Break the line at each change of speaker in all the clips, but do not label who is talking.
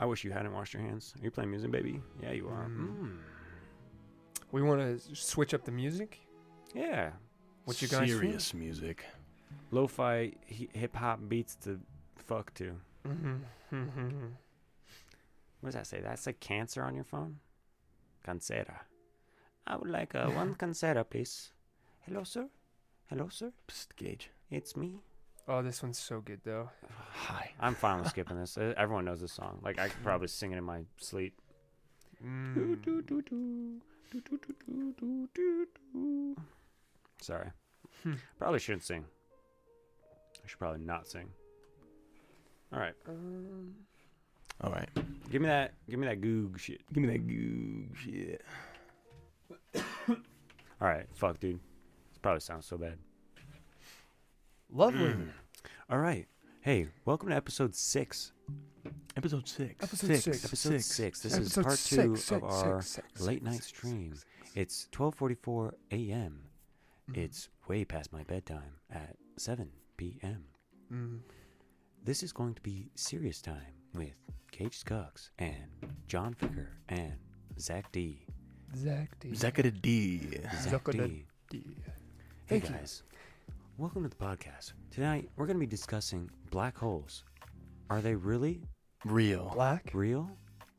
I wish you hadn't washed your hands. Are you playing music, baby? Yeah, you are. Mm.
We want to switch up the music.
Yeah.
What you guys feel?
Serious music.
Lo-fi hi- hip hop beats to fuck to.
Mm-hmm.
What does that say? That's like cancer on your phone? Cancera. I would like uh, one cancera, please. Hello, sir. Hello, sir.
Psst, Gage.
It's me.
Oh, this one's so good though.
Hi.
I'm fine with skipping this. Uh, Everyone knows this song. Like, I could probably sing it in my sleep.
Mm.
Sorry.
Hmm.
Probably shouldn't sing. I should probably not sing. All right.
Um,
All right.
Give me that. Give me that goog shit.
Give me that goo shit.
All right. Fuck, dude. This probably sounds so bad.
Lovely.
Mm. All right. Hey, welcome to episode six.
Episode six.
Episode six.
Episode six. This
Episode
is part
six,
two
six,
of
six,
our
six,
late
six,
night
six,
stream.
six, six. Mm-hmm.
It's 12:44 a.m. It's way past my bedtime at 7 p.m.
Mm.
This is going to be serious time with Cage Cox and John Ficker and Zach D.
Zach D.
Zekata D.
Zach
Zucker
D.
the D.
Hey
Thank you.
guys, welcome to the podcast. Tonight we're going to be discussing black holes. Are they really
Real.
Oh, Black.
real,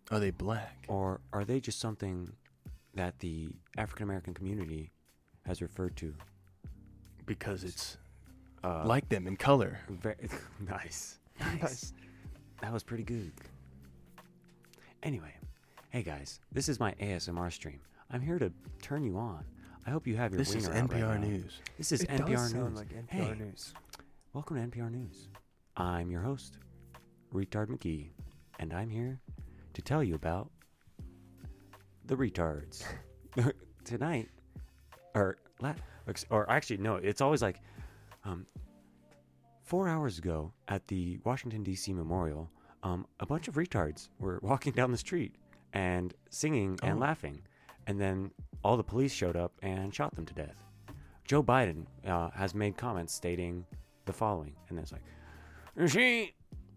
Are they black?
or are they just something that the African American community has referred to?
Because it's
Uh,
like them in color.
Very, nice.
Nice.
That was pretty good. Anyway, hey guys, this is my ASMR stream. I'm here to turn you on. I hope you have your
This is
wiener out right
NPR
now.
News.
This is
it
NPR
does
News.
sound like NPR
hey,
News.
welcome to NPR News. I'm your host, Retard McGee, and I'm here to tell you about the retards. Tonight, or, la- ex- or actually, no, it's always like, um, four hours ago at the Washington, D.C. Memorial, um, a bunch of retards were walking down the street and singing and
Oh.
laughing. And then all the police showed up and shot them to death. Joe Biden uh, has made comments stating the following, and it's like, "You "She,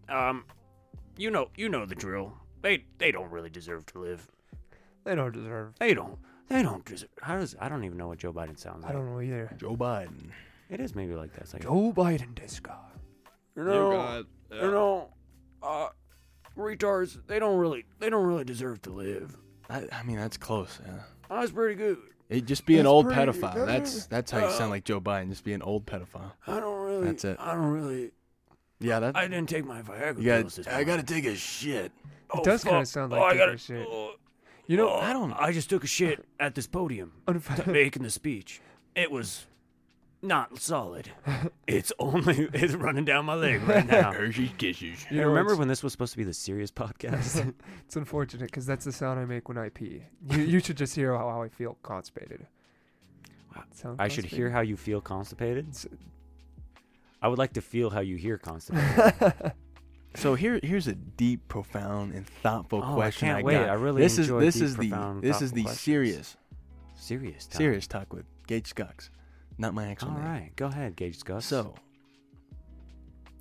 um, you know, you know the drill. They, they don't really deserve to live.
They don't deserve.
They don't, they don't deserve. How does I don't even know what Joe Biden sounds like.
I don't know either.
Joe Biden.
It is maybe like that. It's like,
Joe Biden this guy.
you know, you know, uh, retards. They don't really, they don't really deserve to live.
I, I mean, that's close. Yeah.
That's pretty good.
It just be an
That's
old
pretty- Uh,
pedophile. That's that's how you sound like Joe Biden. Just be an old pedophile.
I don't really,
That's it.
I don't really.
Yeah, that.
I didn't take my Viagra
you
pills
got.
this
I
morning.
gotta take a shit.
Oh,
does kinda
fuck.
sound
Oh, I
like different
gotta-
shit.
oh,
You know,
oh,
I don't-
I just took a shit at this podium.
Unf-
t- making the speech. It was not solid. It's only it's running down my leg right now.
Hershey's Kisses.
You know,
remember
it's-
when this was supposed to be the serious podcast?
It's unfortunate because that's the sound I make when I pee. You, you should just hear how, how I feel constipated.
Wow.
Sound
I should hear how you feel constipated.
constipated?
I would like to feel how you hear constipated.
So here, here's a deep, profound, and thoughtful
Oh, I
question.
can't wait.
got.
I really
this
enjoy
is this
deep,
is the
profound,
this is
thoughtful
the
questions.
serious
serious. Time.
serious talk with Gage Scux, not my actual
All
name.
right, go ahead, Gage Gus.
So,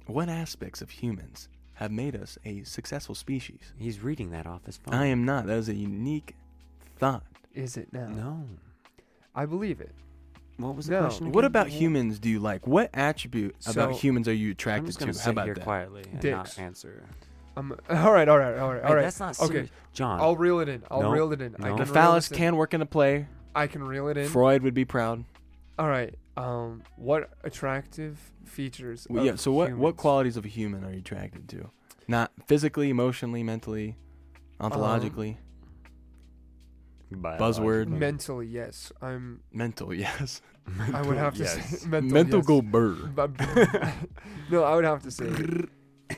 what aspects of humans have made us a successful species?
he's reading that off his phone.
I am not. That is a unique thought.
Is it now?
no.
I believe it.
What was the
No.
question?
What
again?
about humans do you like? What attribute about
So-
humans are you
I'm
attracted
just gonna
to?
sit
How about
here
that?
quietly and
Dicks.
not answer.
Um, all right, all right, all right, all
Hey,
right.
That's not
okay.
serious. John.
I'll reel it in. I'll
No,
reel it in.
no.
I can
The
reel
phallus
this in.
can work in a play.
I can reel it in.
Freud would be proud.
all right. Um, what attractive features?
Well,
of
yeah. So what what
humans?
qualities of a human are you attracted to? Not physically, emotionally, mentally,
Um,
ontologically, buzzword.
Mentally, yes. I'm.
mental. Yes.
I would have to
yes.
say mental.
mental
yes.
go burr.
But- no, I would have to say.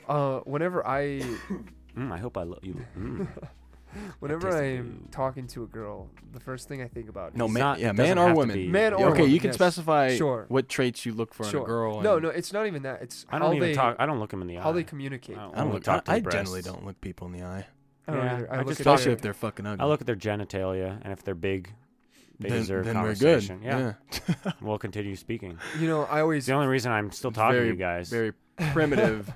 Uh, whenever I,
Mm, I hope I love you. Mm.
Oh,
whenever
tastes
I'm
good.
talking to a girl, the first thing I think about.
No,
It's
man.
not-
yeah,
it
man
doesn't
or
have to
woman.
be-
Man or
okay,
woman,
you can
yes.
specify
Sure.
what traits you look for in
Sure.
a girl.
No,
and-
no, it's not even that. It's
I
how
don't even
they
talk. I don't look him in the eye.
how they communicate.
I don't,
I don't
wanna
look.
talk to
I, I
their
generally
breasts.
don't look people in the eye,
I don't
Yeah,
either.
I
I look
just
at
thought
especially
their-
if they're fucking ugly.
I look at their genitalia, and if they're big, they
then,
deserve
then we're good.
conversation. Yeah, we'll continue speaking.
you know, I
It's
always
the only reason I'm still talking
very,
to you guys.
Very primitive.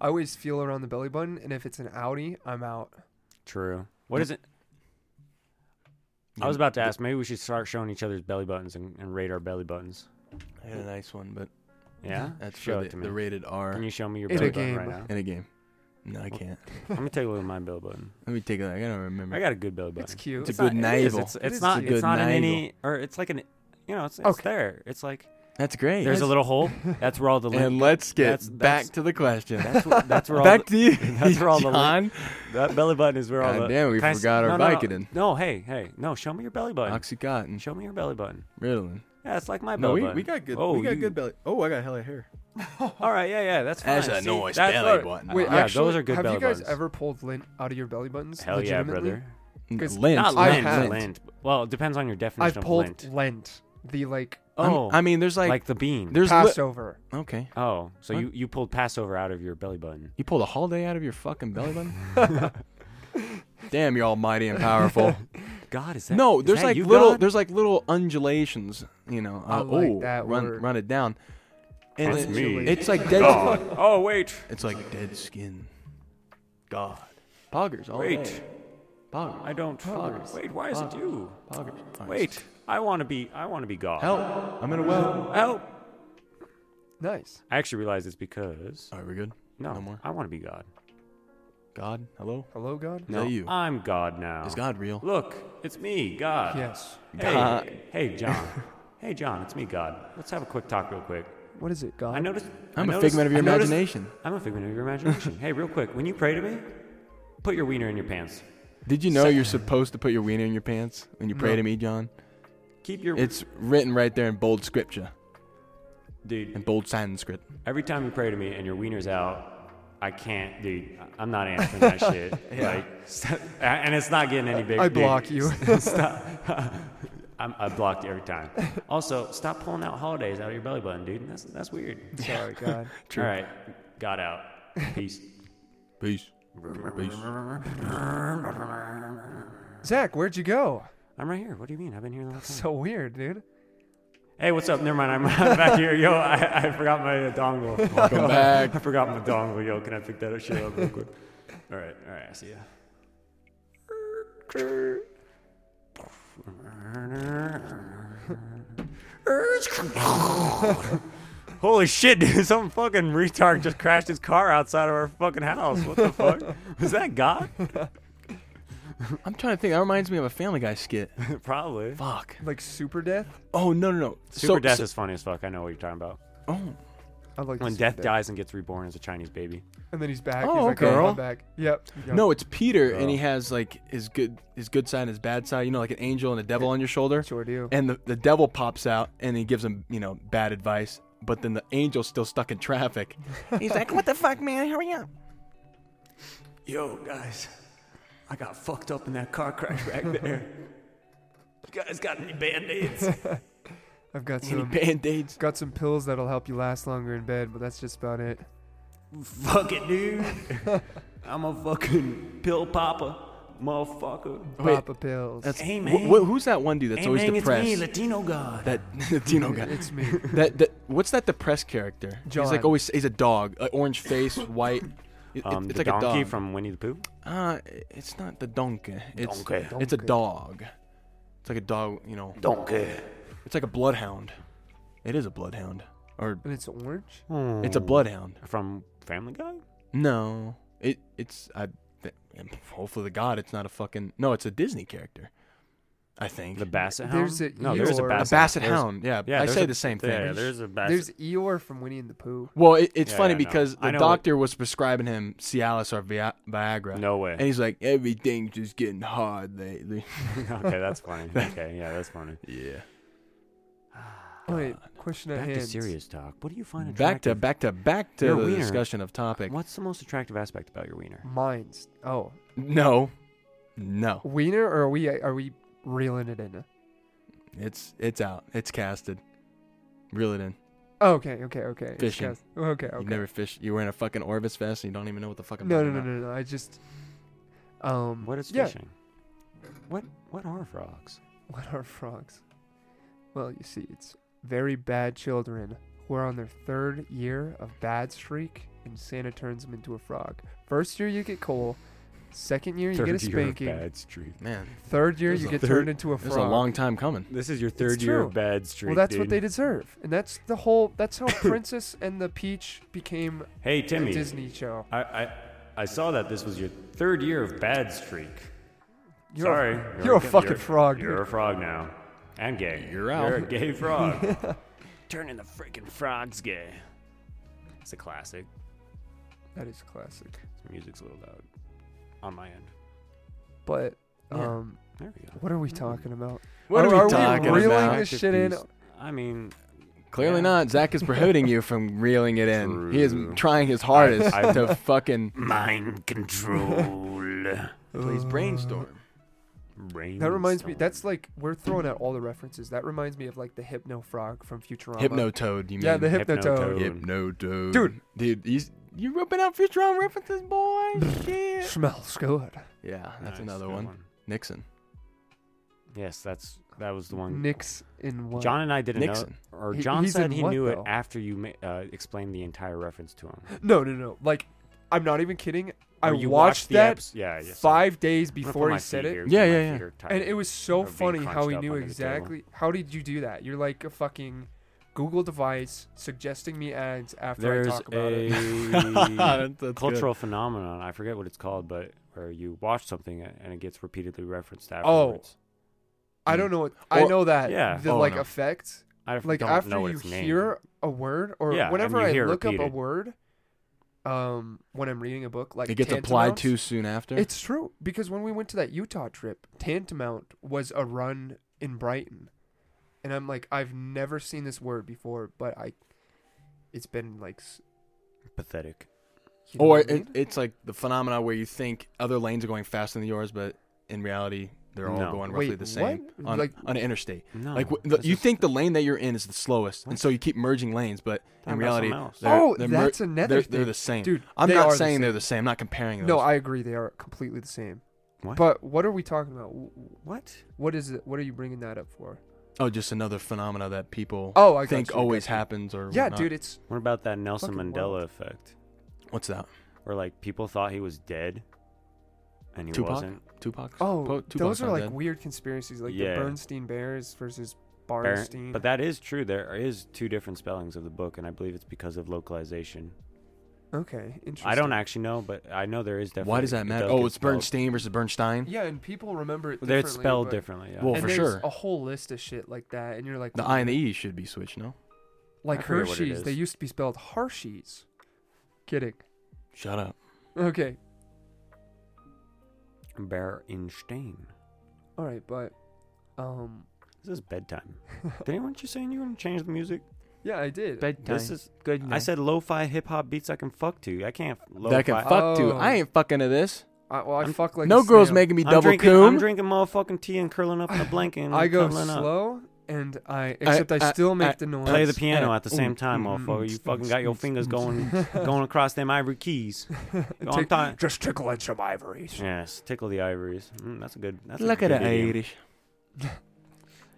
I always feel around the belly button, and if it's an outie, I'm out.
True. What is it? I was about to ask. Maybe we should start showing each other's belly buttons and, and rate our belly buttons.
I had a nice one, but
Yeah.
that's
show
for
it
the,
to me.
the rated R
Can you show me your
In a
belly button
game.
right now?
in a game. No, I can't.
I'm gonna take a look at my belly button.
Let me take a look. I gotta remember.
I got a good belly button.
It's cute.
It's a
not-
good
it is.
navel.
It's,
It
it's
is
not.
cute.
It's
Good
not in any.
navel.
Or it's like an. You know, it's, it's
Okay.
there. It's like
That's great.
there's a little hole. That's where all the lint.
and let's get
that's-
back
that's-
to the question.
that's where, that's where all
back
the,
to you.
that's where all the lint-
John.
that belly button is where all
God
the.
damn, we
Can I s-
forgot our
no, no,
Vicodin.
No, no, hey, hey, no, show me your belly button.
Oxycontin.
Show me your belly button.
Ritalin.
Yeah, it's like my belly
No, we,
button.
we got good.
Oh,
we got
you-
good belly. Oh, I got hella hair.
All right, yeah, yeah, that's fine.
That's a
See,
nice
that's
belly
what-
button.
Wait,
Yeah,
actually,
those are good
have
belly
you guys
buttons.
ever pulled lint out of your belly buttons?
Hell yeah,
legitimately?
brother.
Because-
Lint.
Not
I
lint.
have.
lint. Well, it depends on your
I've
definition of
pulled
lint.
lint, the like
I'm-
Oh,
I mean, there's like,
like, the bean.
there's li-
Passover.
okay.
oh, so
Huh?
you, you pulled Passover out of your belly button.
You pulled a holiday out of your fucking belly button. Damn, you're almighty and powerful.
God, is that
no,
is
there's
that
like
you,
little,
God?
there's like little undulations. You know,
I
uh,
like
oh,
that
run,
word.
run it down. And
That's
it-
me.
It's like dead.
Oh wait,
It's like dead skin. God. Poggers. All
Wait.
day. Poggers.
I don't.
Poggers.
Wait, why is
Oh,
it you?
Poggers. All right.
Wait, I want to be. I want to be God.
Help! I'm in a well.
Help!
Nice.
I actually realize it's because
All right, we're good.
no,
Oh, No more.
I want to be God.
God, hello.
Hello, God.
Is that
No,
you?
I'm God now.
Is God real?
Look, it's me, God.
Yes.
Hey,
God.
hey, John. hey, John. It's me, God. Let's have a quick talk, real quick.
What is it, God?
I noticed.
I'm
I
a
noticed-
figment of your
I noticed-
imagination.
I'm a figment of your imagination. hey, real quick, when you pray to me, put your wiener in your pants.
Did you know you're supposed to put your wiener in your pants when you pray
No.
to me, John?
Keep your
It's written right there in bold scripture,
dude.
in bold Sanskrit.
Every time you pray to me and your wiener's out, I can't, dude. I- I'm not answering that shit. Like, st- and it's not getting any bigger.
I
dude.
block you.
Stop. I'm, I blocked you every time. Also, stop pulling out holidays out of your belly button, dude. That's that's weird.
Sorry, God.
All right, got out. Peace.
Peace. Peace.
Zach, where'd you go?
I'm right here. What do you mean? I've been here the whole time.
So weird, dude.
Hey, what's up? Never mind. I'm I'm back here. Yo, I, I forgot my uh, dongle. Welcome
back.
I forgot my dongle. Yo, can I pick that shit up real quick? All right. All right. I see ya. Holy shit, dude. Some fucking retard just crashed his car outside of our fucking house. What the fuck? Was that God?
I'm trying to think. That reminds me of a Family Guy skit.
Probably.
Fuck.
Like super death.
Oh no no no.
Super
so,
Death
so-
is funny as fuck. I know what you're talking about.
oh
I like
When
super
death dies and gets reborn as a Chinese baby.
and then he's back.
Oh,
he's like,
okay.
"Oh,
Girl.
I'm back. Yep. yep.
no, it's Peter, and he
Oh.
has like his good his good side and his bad side. You know, like an angel and a devil on your shoulder.
sure do.
And the, the devil pops out and he gives him, you know, bad advice, but then the angel's still stuck in traffic. He's like, What the fuck, man? Hurry up.
Yo, guys, I got fucked up in that car crash back there. You guys got any band aids?
I've got
Any
some
band aids?
got some pills that'll help you last longer in bed, but that's just about it.
Fuck it, dude. I'm a fucking pill popper, motherfucker.
Wait.
Papa pills.
That's
Hey,
wh-
man.
wh- who's that one dude that's always
Amen,
depressed?
It's me, Latino God.
that Latino guy.
it's me.
that, that what's that depressed character? He's
John.
like always he's a dog, like orange face, white. It-
um,
it's
the
like a
donkey
dog.
from Winnie the Pooh.
uh, it's not the donkey. It's
Donkey.
it's a
Donkey.
dog. It's like a dog, you know.
Donkey.
It's like a bloodhound. It is a bloodhound, or
And it's orange.
it's a
Mm.
bloodhound.
From Family Guy.
No, it it's I. th- and Hopefully, the god. It's not a fucking no. It's a Disney character. I think
The Basset Hound.
There's a
no, there's a
Eeyore.
a
Basset,
basset
There's-
hound. Yeah,
Yeah,
I
there's
say
a-
the same thing.
Yeah, yeah, there's a Basset.
There's Eeyore from Winnie and the Pooh.
Well, it, it's
Yeah,
funny
yeah, I know.
because
I
the
know what-
doctor was prescribing him Cialis or Vi- Viagra.
No way.
And he's like, everything's just getting hard lately.
okay, that's funny. Okay, yeah, that's funny.
Yeah.
Wait, question at
Back
hand.
to serious talk. What do you find
Back to
attractive?
back to back to
Your
the
wiener.
discussion of topic.
What's the most attractive aspect about your wiener?
Mines. Oh,
No, no,
wiener, or are we are we reeling it in?
it's it's out. It's casted. Reel it in.
Oh, okay, okay, okay. It's
Fishing.
cast- Okay, okay.
You never fish. You were in a fucking Orvis vest and you don't even know what the fuck. I'm
No, no,
talking
no,
about.
no, no. I just. Um.
What is
yeah.
fishing? What what are frogs?
What are frogs? Well, you see, it's very bad children who are on their third year of bad streak and Santa turns him into a frog. First year you get coal. Second year you get a
Third year of
spanking.
bad streak.
Man,
Third year
This
you
is a
get
third-
turned into a
this
frog.
is a long time coming.
This is your third
It's
year
true.
of bad streak.
well, that's
dude.
what they deserve, and that's the whole. That's how Princess and the Peach became
Hey,
a
Timmy.
Disney show.
I, I I saw that this was your third year of bad streak.
You're a-
Sorry,
you're, a fucking frog. dude.
You're a frog now, and gay.
You're out.
You're a gay frog. Turning the freaking frogs gay. It's a classic.
That is classic.
The music's a little loud on my end.
But
Yeah.
um,
There we go.
what are we talking about?
What are,
are
we talking
reeling
about?
this shit in?
Masterpiece. I mean,
Clearly
Yeah.
not. Zach is prohibiting you from reeling it in. He is
True.
trying his hardest
I-
to fucking.
mind control.
Please brainstorm.
That reminds me. That's like we're throwing out all the references. That reminds me of like the Hypno Frog from Futurama.
Hypnotoad, you mean?
Yeah, the Hypnotoad.
Hypnotoad.
Dude.
Dude, he's, you ripping out Futurama references, boy? Shit.
Smells good.
Yeah, that's another one. Nixon.
Yes, that's that was the one.
Nick's in one.
John and I didn't
Nixon.
know, or
He-
John
he's
said
in
he
what,
knew
though?
it after you ma- uh, explained the entire reference to him.
No, no, no. Like, I'm not even kidding. I
Or you
watched
the
that
eps- yeah, yeah, so-
five days
I'm gonna put
before
my
he said
feet
it,
here,
Yeah,
my
yeah, yeah.
feet are tired.
and it was so
Or being
funny how
crunched
he
up
knew
under the table.
exactly. How did you do that? You're like a fucking Google device suggesting me ads after I
There's
talk about it.
a
That's- that's
cultural phenomenon. I forget what it's called, but where you watch something and it gets repeatedly referenced
Oh,
afterwards.
I don't know. What, I
Or-
know that.
Yeah.
The
Oh,
like
no.
effect.
I
Like
don't
after
know what
you
it's named.
hear a word, or
Yeah, and
whenever
you
I
hear it
look up a
repeated.
word, um, when I'm reading a book, like
It gets applied
tantamount-
too soon after.
It's true because when we went to that Utah trip, Tantamount was a run in Brighton, and I'm like, I've never seen this word before, but I, it's been like, s-
pathetic.
you know
or
what I
Oh, it,
mean?
it's like the phenomena where you think other lanes are going faster than yours, but in reality, they're all
No.
going roughly
Wait,
the same
what?
on,
Like-
on an interstate.
No,
Like wh- the,
this
you
is-
think the lane that you're in is the slowest, and
What?
so you keep merging lanes, but
Talking
in
about
reality,
something else.
they're-
Oh,
they're
that's another
They're,
thing.
they're the same,
Dude,
I'm
they
not
are the
saying
same.
they're the same. I'm not comparing those.
No, I agree. They are completely the same.
What?
But what are we talking about? W- w-
what?
What is it? What are you bringing that up for?
oh, just another phenomena that people
Oh, I got
think
you, I
always
got you.
happens, or
Yeah,
whatnot.
dude, it's
What about that Nelson
Fucking
Mandela
wild.
effect,
What's that?
where like people thought he was dead, and he
Tupac?
wasn't?
Tupac.
oh,
Po- Tupac's
those are
not
like
dead.
weird conspiracies, like
Yeah.
the Bernstein Bears versus
Bar-
Barnstein.
But that is true. There is two different spellings of the book, and I believe it's because of localization.
okay, interesting.
I don't actually know, but I know there is definitely.
Why does that
it
matter?
does
Oh,
get
it's
spelled-
Bernstein versus Bernstein.
Yeah, and people remember it.
Well, It's
differently,
spelled
but-
differently. Yeah.
Well,
and
for
there's
sure.
a whole list of shit like that, and you're like,
The
"What
I and
the
the E should be switched, no?
Like
I forget what it
Hershey's, they
is.
used to be spelled Hershey's. Kidding.
Shut up.
Okay.
Bernstein.
All right, but um,
This is bedtime. Did anyone just saying you were gonna change the music?
yeah, I did.
This is good. I
night.
said lo-fi hip hop beats I can fuck to. I can't lo-fi.
That I can fuck to.
Oh.
I ain't fucking to this.
I, well, I
I'm-
fuck like a
no girls
snail.
making me
I'm
double
drinking,
coom.
I'm drinking motherfucking tea and curling up in a blanket. And
I go
cuddling up.
slow, and I except I,
I-
still make
I-
the noise.
Play the piano at the
Ooh,
same time,
mm,
motherfucker. You
mm,
fucking got your
mm,
fingers
mm,
going, going across them ivory keys. On
Tick-
time.
Just tickle in some ivories.
Yes, tickle the ivories. Mm, that's a good. That's a
Look at
good
the
idiom.
Irish.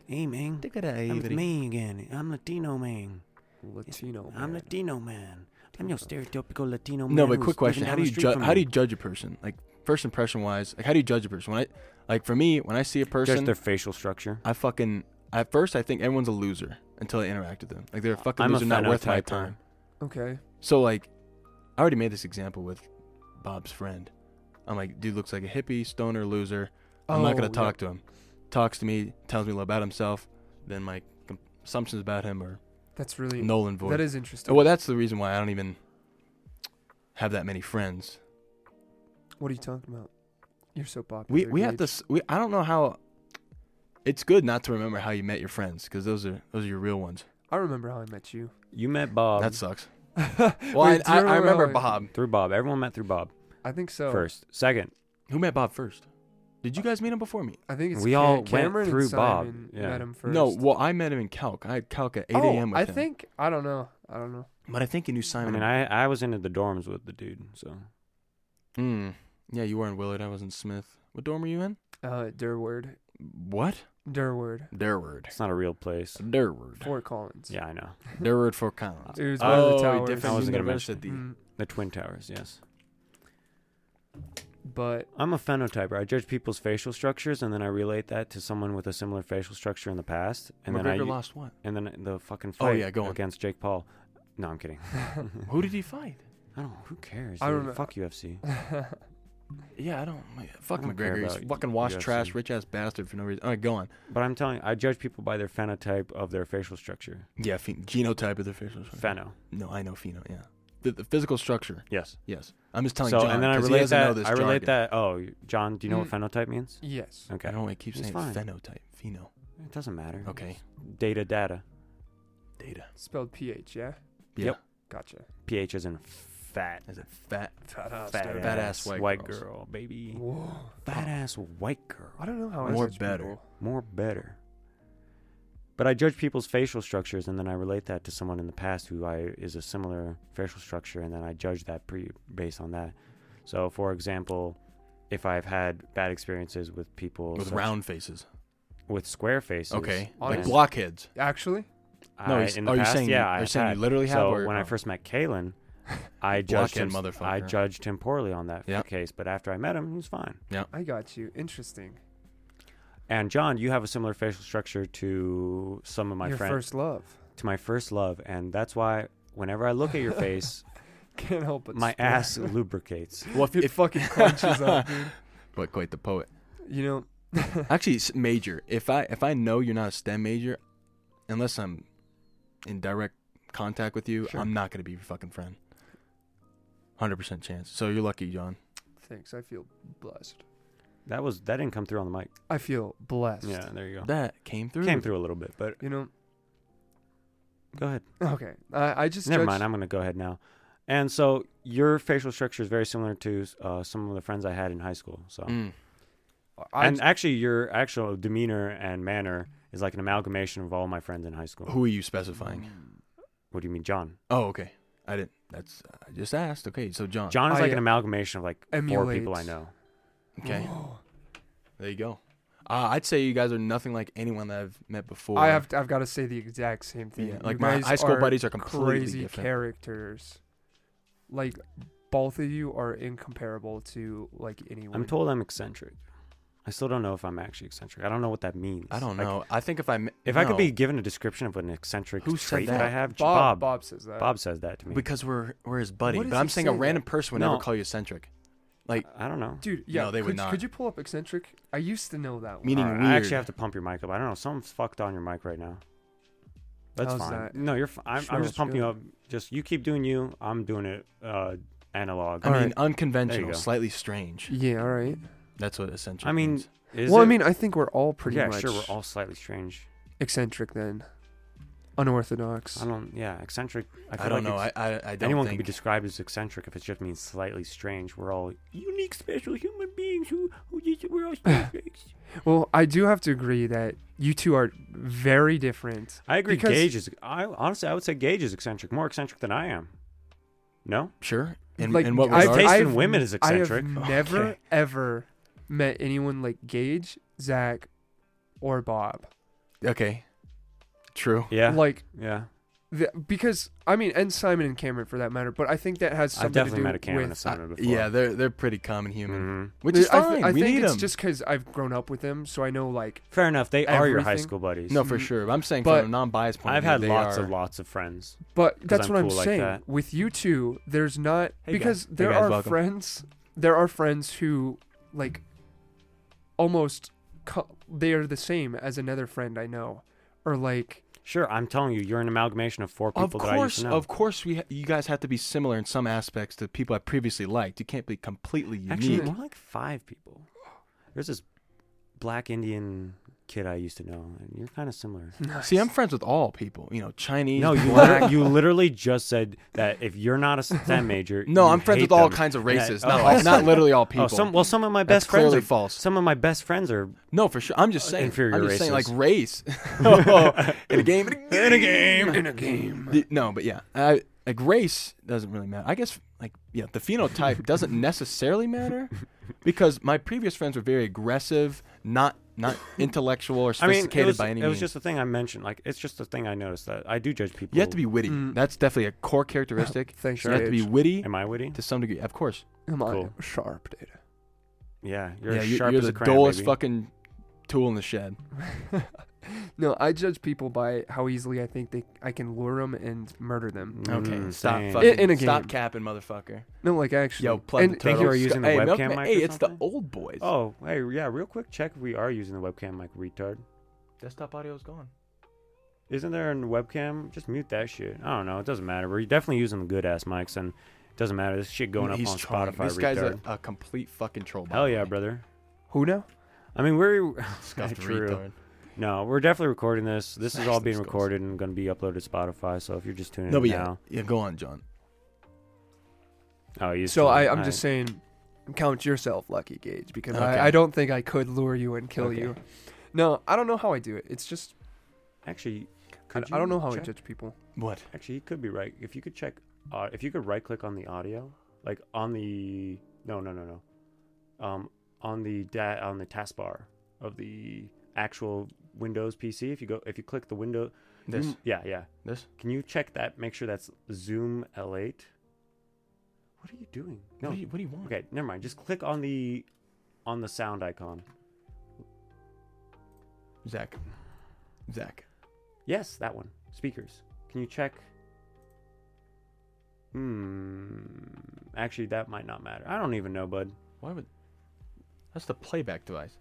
Hey man,
Look at the
I'm the
Irish.
man again. I'm Latino man.
Latino.
I'm
man.
Latino man. I'm your stereotypical Latino man.
No, but
who's
quick question:
living down
How do
the
you
street
judge?
from
How do you judge a person? Like first impression wise, like how do you judge a person? When I, like for me, when I see a
judge
person,
their facial structure?
I fucking at first I think everyone's a loser until I interact with them. Like
Uh,
they're a fucking
I'm a
loser, not worth my
phenotyper.
time.
Okay.
So like, I already made this example with Bob's friend. I'm like, dude looks like a hippie, stoner, loser. I'm not gonna
Oh,
talk to him. Talks to me, tells me a little about himself. Then my com- assumptions about him are
yeah, That's really.
null and void.
That is interesting.
well, that's the reason why I don't even have that many friends.
What are you talking about? You're so popular.
We we have to.
Gage.
s- We I don't know how. It's good not to remember how you met your friends because those are those are your real ones.
I remember how I met you.
You met
Um,
Bob
that sucks.
well,
Well, I, I, I remember Bob.
through Bob. Everyone met through Bob
uh, I think so.
first. Second,
Who met Bob first? Did you guys meet him before me?
I think it's
We
Ca-
all went
Cameron and
through Bob.
Simon
Yeah.
Met him first.
No, well, I met him in Calc. I had Calc at 8
Oh,
a.m. with
I
him.
think I don't know. I don't know.
But I think you knew
I
Simon.
mean, I I was into the dorms with the dude, so
Mm. Yeah, you were in Willard. I was in Smith. What dorm were you in?
Uh, Durward.
What?
Durward.
Durward.
it's not a real place.
Durward.
Fort Collins.
Yeah, I know.
Durward for Collins.
It was one
oh,
of the towers.
different Hmm.
I wasn't gonna
university.
Mm,
The Twin Towers, yes.
But
I'm a phenotyper. I judge people's facial structures, and then I relate that to someone with a similar facial structure in the past, and then I
McGregor
u-
lost what?
and then the fucking
Oh,
fight
yeah, go on.
against Jake Paul. No, I'm kidding.
Who did he fight?
I don't. Who cares?
I
dude?
remem-
Fuck UFC.
Yeah, I don't. my- Fuck
I don't care
McGregor. He's
about
fucking washed
UFC.
trash, rich ass bastard for no reason. All right, go on.
But I'm telling. I judge people by their phenotype of their facial structure.
Yeah, phe- genotype of the facial. structure.
Pheno.
No, I know pheno. Yeah, the, the physical structure.
Yes.
Yes, I'm just telling
so
John.
and then I
'cause he
relate
doesn't
that.
know this
I relate
jargon.
that. Oh, you- John, do you know what
Mm.
phenotype means?
yes,
Okay.
I don't know. why I keep
It's
saying
fine.
phenotype, pheno.
It doesn't matter.
Okay,
Data, data.
data.
spelled ph. Yeah,
Yeah.
Yep.
gotcha.
pH is in fat.
Is it fat?
Fat ass.
Fat,
dude.
Fat
ass
ass white
white
girls.
girl, baby.
Whoa.
Fat ass white girl.
I don't know how I
More
judge
better.
people.
more better. But I judge people's facial structures, and then I relate that to someone in the past who I is a similar facial structure, and then I judge that pre based on that. So, for example, if I've had bad experiences with people
With
such-
round faces.
with square faces,
Okay,
then
like blockheads.
Actually,
I,
No, he's-
in the
are you
past,
saying you-
yeah,
are
I
you saying you
had.
literally have,
So
or-
when
oh.
I first met Kalen, I judged
Blockhead
him. I
motherfucker.
judged him poorly on that
Yep.
case, but after I met him, he was fine.
I got you. Interesting.
And John, you have a similar facial structure to some of my
Your
friends.
first love.
to my first love, and that's why whenever I look at your face,
Can't help but
my
stare.
ass lubricates.
Well,
It fucking crunches up, dude.
But quite the poet.
You know.
Actually, s- major. If I if I know you're not a STEM major, unless I'm in direct contact with you,
Sure.
I'm not gonna be your fucking friend. Hundred percent chance. So you're lucky, John.
Thanks. I feel blessed.
That was that didn't come through on the mic.
I feel blessed.
Yeah, there you go.
That came through.
Came through a little bit, but
You know.
go ahead.
Okay. I I just
Never
judge-
mind. I'm gonna go ahead now. And so your facial structure is very similar to uh, some of the friends I had in high school. So
Mm.
I
and actually, your actual demeanor and manner is like an amalgamation of all my friends in high school.
Who are you
Mm.
specifying?
Mm.
What do you mean, John?
Oh, okay. I didn't. That's. I just asked. Okay, so John.
John is
I
like
uh,
an amalgamation of like four people I
emulate-
know.
Okay.
Whoa.
There you go. Uh, I'd say you guys are nothing like anyone that I've met before.
I have. To, I've got to say the exact same thing.
Yeah,
You
like my
guys
high school
are
buddies are completely
crazy
different.
characters. Like both of you are incomparable to like anyone.
I'm told I'm eccentric. I still don't know if I'm actually eccentric. I don't know what that means.
I don't
Like,
know. I think if I m-
If I could
no,
be given a description of an eccentric
Who said
trait that?
that?
I have,
Bob.
Bob, Bob,
Bob says that.
says that to me.
because we're we're his buddy,
What
but
does
I'm
he
saying a
say
random
that-
person would
No.
never call you eccentric, like
I don't know.
Dude, yeah,
No, they
could,
would not.
Could you pull up eccentric? I used to know that one.
meaning
All right,
weird.
I actually have to pump your mic up. I don't know. Something's fucked on your mic right now. That's
How's
fine.
that?
No, you're. F- I'm,
Sure,
I'm
it's
just pumping you
good.
up. Just you keep doing you. I'm doing it uh, analog.
I mean,
There you
unconventional,
go.
slightly strange.
Yeah, all right.
That's what eccentric.
I mean,
means.
is
well, I
it-
mean, I think we're all pretty
yeah,
much
sure. We're all slightly strange.
eccentric then, unorthodox.
I don't. Yeah, eccentric. I, feel
I don't
like
know.
ex-
I, I, I don't
anyone can
think
be described as eccentric if it just means slightly strange. We're all unique, special human beings who who just, we're all strange.
Well, I do have to agree that you two are very different.
I agree.
Because-
Gage is. I honestly, I would say Gage is eccentric, more eccentric than I am. No,
sure. In,
like,
in what
I've-
Taste in
regard?
I've-
women is eccentric.
I have never
Okay.
ever met anyone like Gage, Zach, or Bob.
okay, true.
yeah,
Like
yeah.
the, because I mean, and Simon and Cameron for that matter. But I think that has
I've
something to
definitely
do
met a Cameron and
with.
Simon before.
Yeah, they're they're pretty common human,
Mhm.
which is
I,
fine.
I
we
think
need
it's
them.
just because I've grown up with them, so I know like
Fair enough. They are your high
Everything.
school buddies.
no, for
Mm,
sure. I'm saying
but
from a non-biased point. of
I've
view,
had
they
lots
are-
and lots of friends.
But that's
I'm
what I'm
cool like
saying.
that.
With you two, there's not
Hey, guys.
because
Hey,
there
guys,
are
welcome.
friends. There are friends who like almost co- they are the same as another friend I know, or like
Sure, I'm telling you, you're an amalgamation of four
Of
people that I used
course,
to know.
of course, we ha- you guys have to be similar in some aspects to people I previously liked. You can't be completely unique.
Actually, more like five people. There's this black Indian kid I used to know, and you're kind of similar.
See, I'm friends with all people. You know, Chinese.
No, you
black.
liter- you literally just said that if you're not a STEM major,
no,
you
I'm friends
hate
with all
them.
kinds of
Yeah,
races.
oh,
not,
I
all-
see.
not literally all people.
Oh, some well, some of my
That's
best friends
clearly
are
false.
Some of my best friends are
no, for sure. I'm just saying.
Inferior
I'm just saying, like
races.
race in a game. In a game.
in a game.
The- No, but yeah, I, like race doesn't really matter. I guess like yeah, the phenotype doesn't necessarily matter because my previous friends were very aggressive, not Not intellectual or
I mean,
sophisticated
it was,
by any
it was
means.
just a thing I mentioned. Like, it's just a thing I noticed that I do judge people.
you have to be witty.
Mm.
That's definitely a core characteristic.
Thanks,
You have to be
Paige.
witty
Am I witty?
to some degree, of course.
Come on,
cool.
sharp, dude.
Yeah, you're
yeah,
as
you-
sharp
you're
as
the
a crayon,
dullest
baby.
fucking tool in the shed.
no, I judge people by how easily I think they I can lure them and murder them.
Okay,
Mm,
stop
dang.
fucking.
In- in a
Stop
game.
capping, motherfucker.
No, like actually.
Yo, plug
and,
the
Think you
turtle.
are using the
hey,
webcam
Milkman-
mic or
Hey, it's the
something?
old boys.
Oh, hey, yeah. Real quick, check if we are using the webcam mic, retard.
desktop audio is gone.
Isn't there a webcam? Just mute that shit. I don't know. It doesn't matter. We're definitely using the good ass mics, and it doesn't matter. This shit going
He's
up on
trying.
Spotify.
This guy's a,
retard.
a complete fucking troll. by
hell
the
yeah,
way.
brother.
Who now?
I mean, we're
Scuffed
True.
retard.
no, we're definitely recording this. This is
Smash
all
them
being
skulls.
recorded and going to be uploaded to Spotify. So if you're just tuning
No, but
in
yeah,
now,
yeah. Go on, John.
oh, you.
So I, I'm
Alright.
just saying, count yourself lucky, Gage, because
Okay.
I, I don't think I could lure you and kill
Okay.
you. No, I don't know how I do it. It's just
actually.
I,
could
I don't
you
know how I
check?
judge people.
What?
Actually, you could be right. If you could check, uh, if you could right click on the audio, like on the no no no no, um, on the da- on the taskbar of the actual Windows PC. If you go, if you click the window, you-
This?
yeah yeah.
This?
Can you check that? Make sure that's Zoom L8. What are you doing? No.
What, do you, what do you want?
okay, never mind. Just click on the on the sound icon.
Zach. Zach.
Yes, that one. Speakers. Can you check? Hmm. Actually, that might not matter. I don't even know, bud.
Why would? That's the playback device.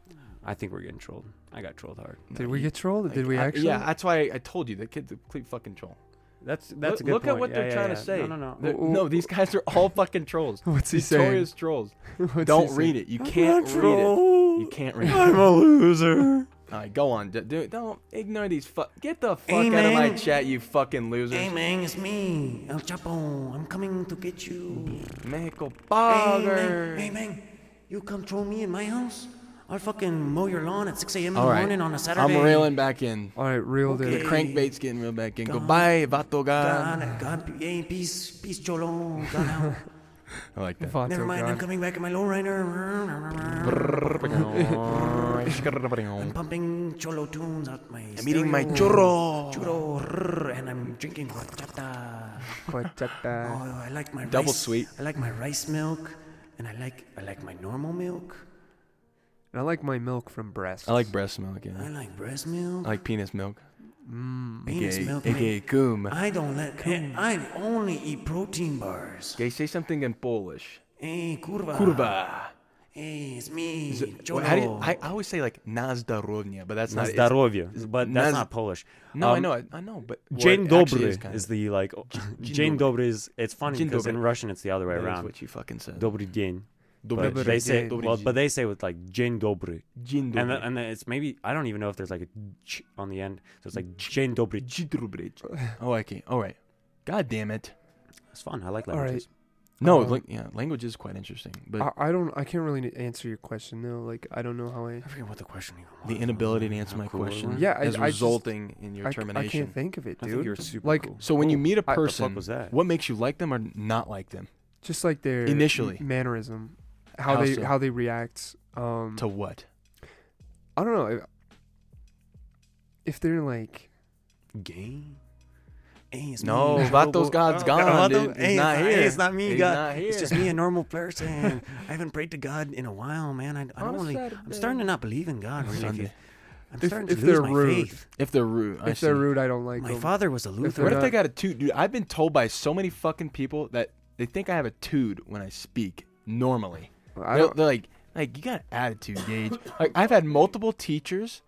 I think we're getting trolled. I got trolled hard.
Did we get trolled? Or
Like,
did we
I-
actually?
yeah, that's why I, I told you the kid's a complete fucking troll.
That's that's a
look,
good
look at
point.
what
Yeah,
they're
yeah,
trying
yeah.
to say.
No, no, no.
They're-
Ooh,
no,
ooh.
these guys are all fucking trolls.
What's he saying?
Notorious trolls.
What's he
Don't
saying?
read it. You can't read it. You can't read it. All
I'm a loser.
right, go on. D- do, don't ignore these. Fu- get the fuck out of
Amen.
my chat, you fucking losers.
man, it's me, El Chapo. I'm coming to get you.
Mexico bogger.
man, you control me in my house. I'll fucking mow your lawn at 6 a.m.
All right, I'm reeling back in.
All right, reeled
The
in.
crankbait's getting reeled back in. Goodbye, Vato God.
God, peace, peace, cholo. God out.
I like that.
Vato God.
coming back in my lowrider.
I'm
pumping cholo tunes out my.
eating my churro.
churro, and I'm drinking horchata. Oh,
Oh.
Horchata.
I like my
Double rice- sweet.
I like my rice milk, and I like I like my normal milk.
And I like my milk from breasts.
I like breast milk. Yeah.
like breast milk.
I like penis milk.
Mm. Penis
Aka,
milk,
aka goom.
I don't let. I only eat protein bars.
Okay, say something in Polish.
Hey, kurwa.
Kurwa.
Hey, it's me.
Well, how do you, I, I always say like nazdarovnia, but that's not it's-
but
Naz-
that's not Polish.
No, I
Um,
know, I, I know, but well,
Jane
it actually
Dobry is,
kinda-
the like.
Dzień
Jane
dobry.
Dobry is. It's funny
Dzień
because in
dobry.
Russian it's the other way
that is
around.
what you fucking said.
Dobry dzień.
Dobry
But
Dobry
they say
dzień.
well, but they say with like Dzień dobry,
Dzień
and the,
dobry.
and the, it's maybe I don't even know if there's like a ch on the end, so it's like Dzień dobry.
Dzień dobry. Oh, okay, all right. God damn it.
It's fun. I like
All right.
languages.
No,
Um,
like yeah, language is quite interesting, but
uh,
I, I don't. I can't really answer your question though. Like I don't know how I.
I forget what the question even was.
the inability to
How
answer my
cool it
question
was.
Yeah, I-
is
I just-
resulting in your
I, c- I
termination.
can't think of it,
I think
dude.
you were super
like,
cool.
so when you meet a
I- the fuck
What the fuck
person,
was that?
what makes you like them or not like them?
Just like their
Initially.
m- mannerism, how
How
they
so?
how they react. Um,
Mm.
To what?
I don't know. If they're like,
Gay. Hey, it's
No,
me.
Vato's God's gone,
Vato-
dude.
Hey,
He's not
hey,
here.
it's not me,
He's
God.
not
It's
here.
just me, a normal person. I haven't prayed to God in a while, man. I, I don't really. I'm starting to not believe in God. Really.
Sunday.
I'm
If-
starting to
if
lose
they're
my
rude,
faith.
If they're rude, I
if they're
see.
rude, I don't like
My
them.
father was a Lutheran.
they're
What if
not-
they got a toot, dude? I've been told by so many fucking people that they think I have a toot when I speak normally.
I
They're,
don't.
they're like, like you got an attitude, Gage. like I've had multiple teachers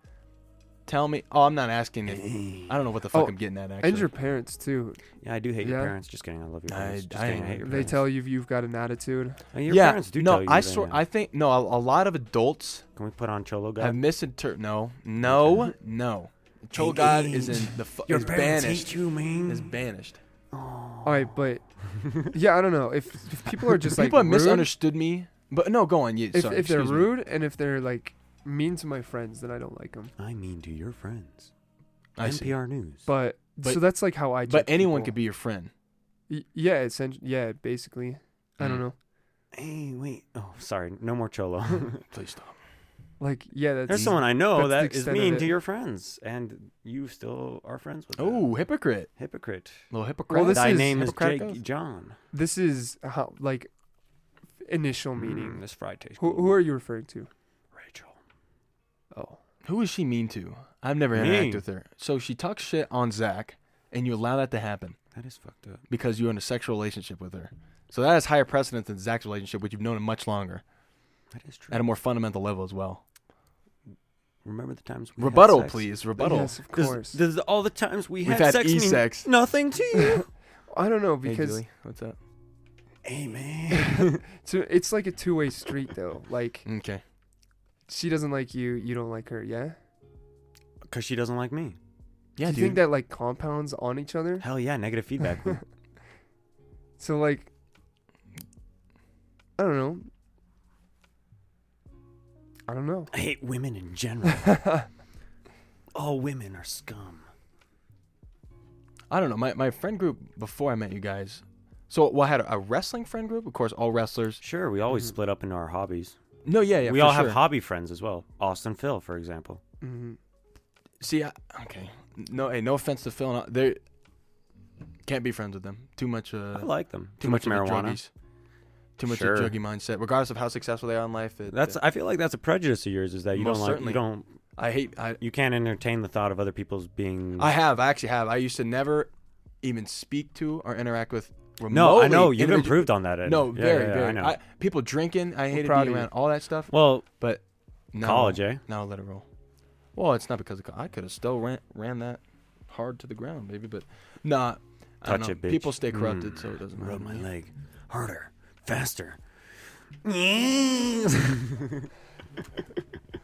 tell me, "Oh, I'm not asking if I don't know what the fuck
Oh,
I'm getting at." Actually,
And your parents too.
Yeah, I do hate your
Yeah.
parents. Just kidding. I love your
I-
parents. Just
I-
kidding. I hate your
They
parents.
tell you if you've got an attitude.
Uh, Your
yeah,
parents do
no,
tell you.
I
that,
swear,
yeah.
I think no, a, a lot of adults
Can we put on Cholo God?
have misinterpreted. No, no, no. Troll God is in the fu- is banished.
you, man.
Is banished.
All right, but yeah, I don't know. If if people are just like
People have
rude,
misunderstood me, but no, go on. You,
If,
sorry,
if they're
excuse me.
rude and if they're like mean to my friends, then I don't like them.
I mean, to your friends.
I see.
NPR News.
But,
But-
so that's like how I.
But anyone could be your friend.
be. Yeah, essentially. Yeah, basically. I
Mm.
don't know.
hey, wait. Oh, sorry. No more Cholo.
Please stop.
Like, yeah, that's
There's someone I know
that's the
that is
extent of
mean to
it.
your friends, and you still are friends with. them.
Oh, hypocrite.
hypocrite!
Little hypocrite.
Well, this
Thy
is
name is Jake
Hippocrates.
John.
this is how like initial meaning.
Mm, this fried taste.
Who, who are you referring to?
Rachel.
Oh,
Who is she mean to? I've never
Me.
interacted with her. So she talks shit on Zach, and you allow that to happen
That is fucked up.
because you're in a sexual relationship with her. So that has higher precedence than Zach's relationship, which you've known him much longer,
That is true.
at a more fundamental level as well.
Remember the times we had
Rebuttal,
sex?
please. Rebuttal.
yes, of
Does-
course.
Does, all the times we
We've
had,
had
sex mean
e-sex.
nothing to you?
I don't know
Hey,
because
Julie, what's up?
hey man,
so it's like a two-way street though. Like
Okay.
she doesn't like you, you don't like her. Yeah.
because she doesn't like me.
Do
Yeah,
you
dude.
think that like compounds on each other?
Hell yeah, negative feedback. loop.
So like, I don't know. I don't know.
I hate women in general. all women are scum.
I don't know. My, my friend group before I met you guys. So well, I had a, a wrestling friend group, of course, all wrestlers.
Sure, we
Mm-hmm.
always split up into our hobbies.
No, yeah, yeah.
we
for
all
sure.
have hobby friends as well. Austin Phil, for example.
hmm
See, I, okay. No, hey, no offense to Phil. and I- They can't be friends with them. Too much. Uh,
I like them.
too much, of the
marijuana.
druggies. Too much
Sure.
of the druggy mindset, regardless of how successful they are in life. It,
That's.
uh,
I feel like that's a prejudice of yours is that you
Most
don't like.
certainly.
You don't.
I hate. I
You can't entertain the thought of other people's being.
I have. I actually have. I used to never even speak to or interact with. Remotely
no, I know you've
individ-
improved on that. Ed.
No,
Yeah,
very,
yeah, yeah,
very.
I know.
people drinking. I hated
proud
being
of you.
around all that stuff.
well,
But no,
college, eh?
No, let it roll. Well, it's not because of co- I could have still ran, ran that hard to the ground, maybe. But nah, I don't
Touch
know.
it, bitch. Mm.
People stay corrupted, so it doesn't matter.
Rub my
man.
leg harder, faster. well,